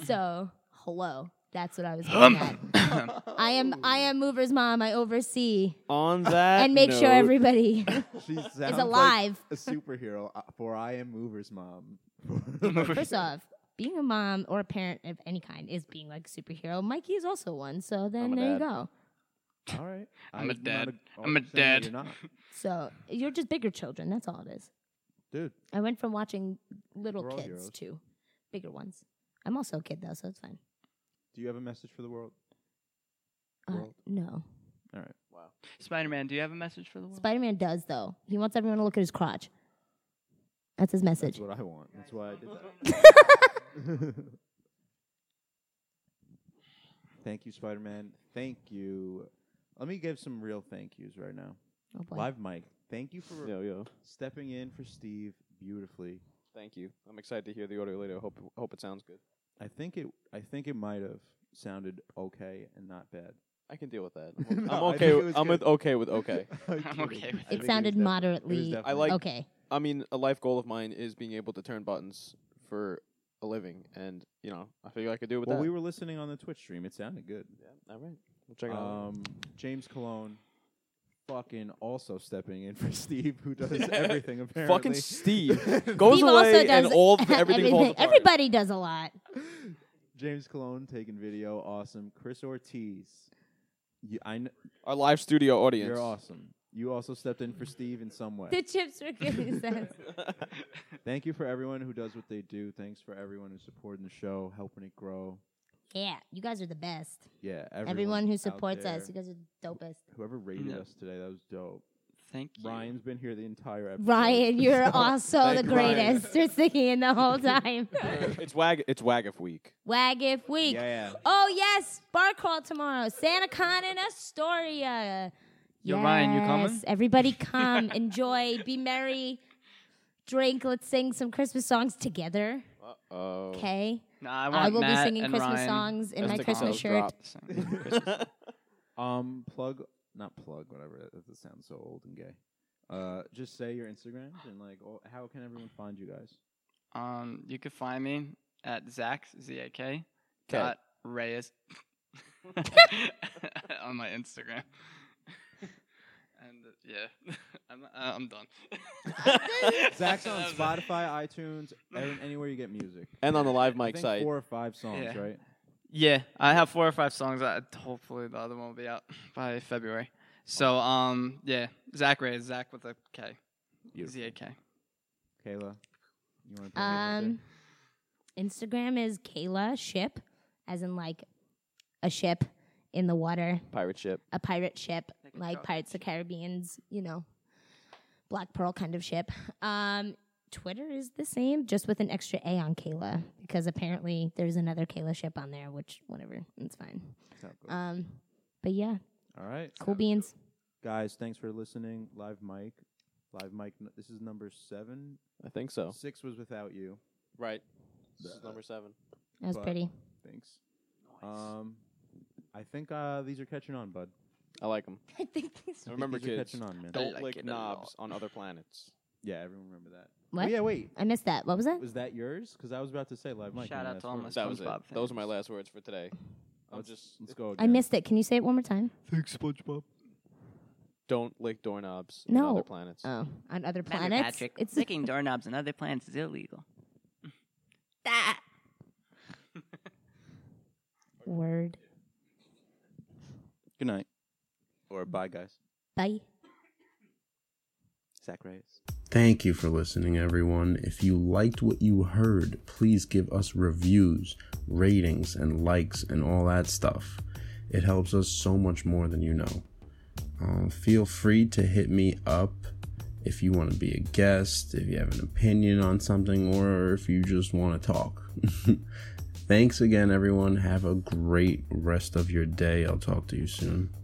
so, hello. That's what I was getting at.
(laughs)
(laughs)
I am I am Mover's mom. I oversee
On Oh. that
and make sure
note- (laughs)
everybody (laughs)
She sounds like
alive.
a superhero uh, for I am Mover's mom.
First off, being a mom or a parent of any kind is being like a superhero. Mikey is also one, so then
a
there you
dad.
go.
All right.
I'm a
not
dad.
oh,
I'm a
saying that
dad.
You're not.
So you're just bigger children. That's all it is.
Dude,
I went from watching little
We're all
kids
heroes.
to bigger ones. I'm also a kid though, so it's fine.
do you have a message for the world?
Uh,
Well-
no,
All right.
Spider-Man, do you have a message for the world?
Spider Man does though. He wants everyone to look at his crotch. That's his message.
That's what I want. That's why I did that.
(laughs)
thank you, Spider Man. Thank you. Let me give some real thank yous right now.
oh boy.
Live mic. Thank you for
Yo yo.
stepping in for Steve beautifully.
Thank you. I'm excited to hear the audio later. Hope hope it sounds good.
I think it I think it might have sounded okay and not bad.
I can deal
(laughs)
with that. I'm,
No,
I'm
I
okay.
think it
with-
was
I'm
good.
with okay (laughs) with okay.
(laughs) I'm
okay with
kidding. I
that. It
think
it
was
sounded
defi- it was
moderately
definitely-
like-
okay.
I mean, a life goal of mine is being able to turn buttons for a living, and you know, I figure I could do it with
Well,
that.
we were listening on the Twitch stream. It sounded good.
All right, we'll check it out.
Um, James Cologne, fucking also stepping in for (laughs) Steve, who does everything Um, apparently. (laughs)
Fucking Steve goes
Steve
away,
also does
and
(laughs)
all of everything, falls apart.
Everybody does a lot.
James Cologne taking video, awesome. Chris Ortiz, you, I kn-
Our live studio audience.
you're awesome. You also stepped in for Steve in some way.
The chips were good, he says.
Thank you for everyone who does what they do. Thanks for everyone who's supporting the show, helping it grow.
Yeah, you guys are the best.
Yeah, everyone,
Everyone, who
out
supports us, you
there.
guys are the dopest.
Whoever rated
Yeah.
us today, that was dope.
Thank you.
Ryan's been here the entire episode.
Ryan, you're
(laughs) So,
also
thank
the
Ryan.
greatest. You're sticking in the whole time.
(laughs) it's wag. It's wag of week.
Wag if week.
Yeah,
Oh yes, bar crawl tomorrow. SantaCon in Astoria.
Yo, Ryan, you coming?
Yes, Everybody come, (laughs) enjoy, be merry, drink. Let's sing some Christmas songs together.
Oh. (laughs)
Okay.
Nah, I, want
I, will
Matt
be singing
and
Christmas
Ryan
songs in
Let's
my
take
Christmas
those
shirt.
drops.
to sing.
(laughs) Um, plug, not plug, whatever. That, that sounds so old and gay. Uh, just say your Instagrams and like, all, how can everyone find you guys?
(laughs) Um, you can find me at Zach Z A K
K.
dot
(laughs)
Reyes on my Instagram. (laughs) and uh, yeah, (laughs) I'm uh, I'm done.
(laughs) Zach's on
That was it.
Spotify, iTunes, and anywhere you get music.
And on the live
I
mic
think
site.
four or five songs,
Yeah.
right?
Yeah, I have four or five songs. I, hopefully, the other one will be out by February. So um, yeah, Zach Reyes, Zach with a K, Z A K.
Kayla, you want to
Um, Instagram is Kayla Ship, as in like a ship in the water,
Pirate ship.
a pirate ship,
Like a
like
dog
Pirates of the Caribbean's, you know, Black Pearl kind of ship. Um, Twitter is the same, just with an extra A on Kayla, because apparently there's another Kayla ship on there, which, whatever, it's fine. Um, but yeah,
All right,
cool beans.
guys. Thanks for listening. Live mic, live mic. n- This is number seven.
I think so.
Six was without you.
Right.
This
This
is
is
Uh, number
number seven.
That was
But-
pretty.
Thanks. Um, I think uh, these are catching on, bud.
I like them.
I think
I
this
think
Remember,
these are
kids,
catching on, man.
I
don't
like
lick
it a lot.
knobs on other planets.
Yeah, everyone remember that. Oh,
What?
yeah, wait.
I missed that. What was that?
Was that yours? Because I was about to say live mic.
Shout
my
out
last
to all
word.
my
(laughs) That was it.
SpongeBob
Those are my
fans.
last words for today. I'm
Let's-
just
Let's go.
I
again.
missed it. Can you say it one more time?
Thanks, SpongeBob.
don't lick doorknobs on
No.
other planets.
Oh, on other planets. It's
licking doorknobs and other planets is illegal.
that word.
Good night. Or bye, guys.
Bye.
Zach Reyes.
Thank you for listening, everyone. If you liked what you heard, please give us reviews, ratings, and likes, and all that stuff. It helps us so much more than you know. Uh, feel free to hit me up if you want to be a guest, if you have an opinion on something, or if you just want to talk. (laughs) Thanks again, everyone. Have a great rest of your day. I'll talk to you soon.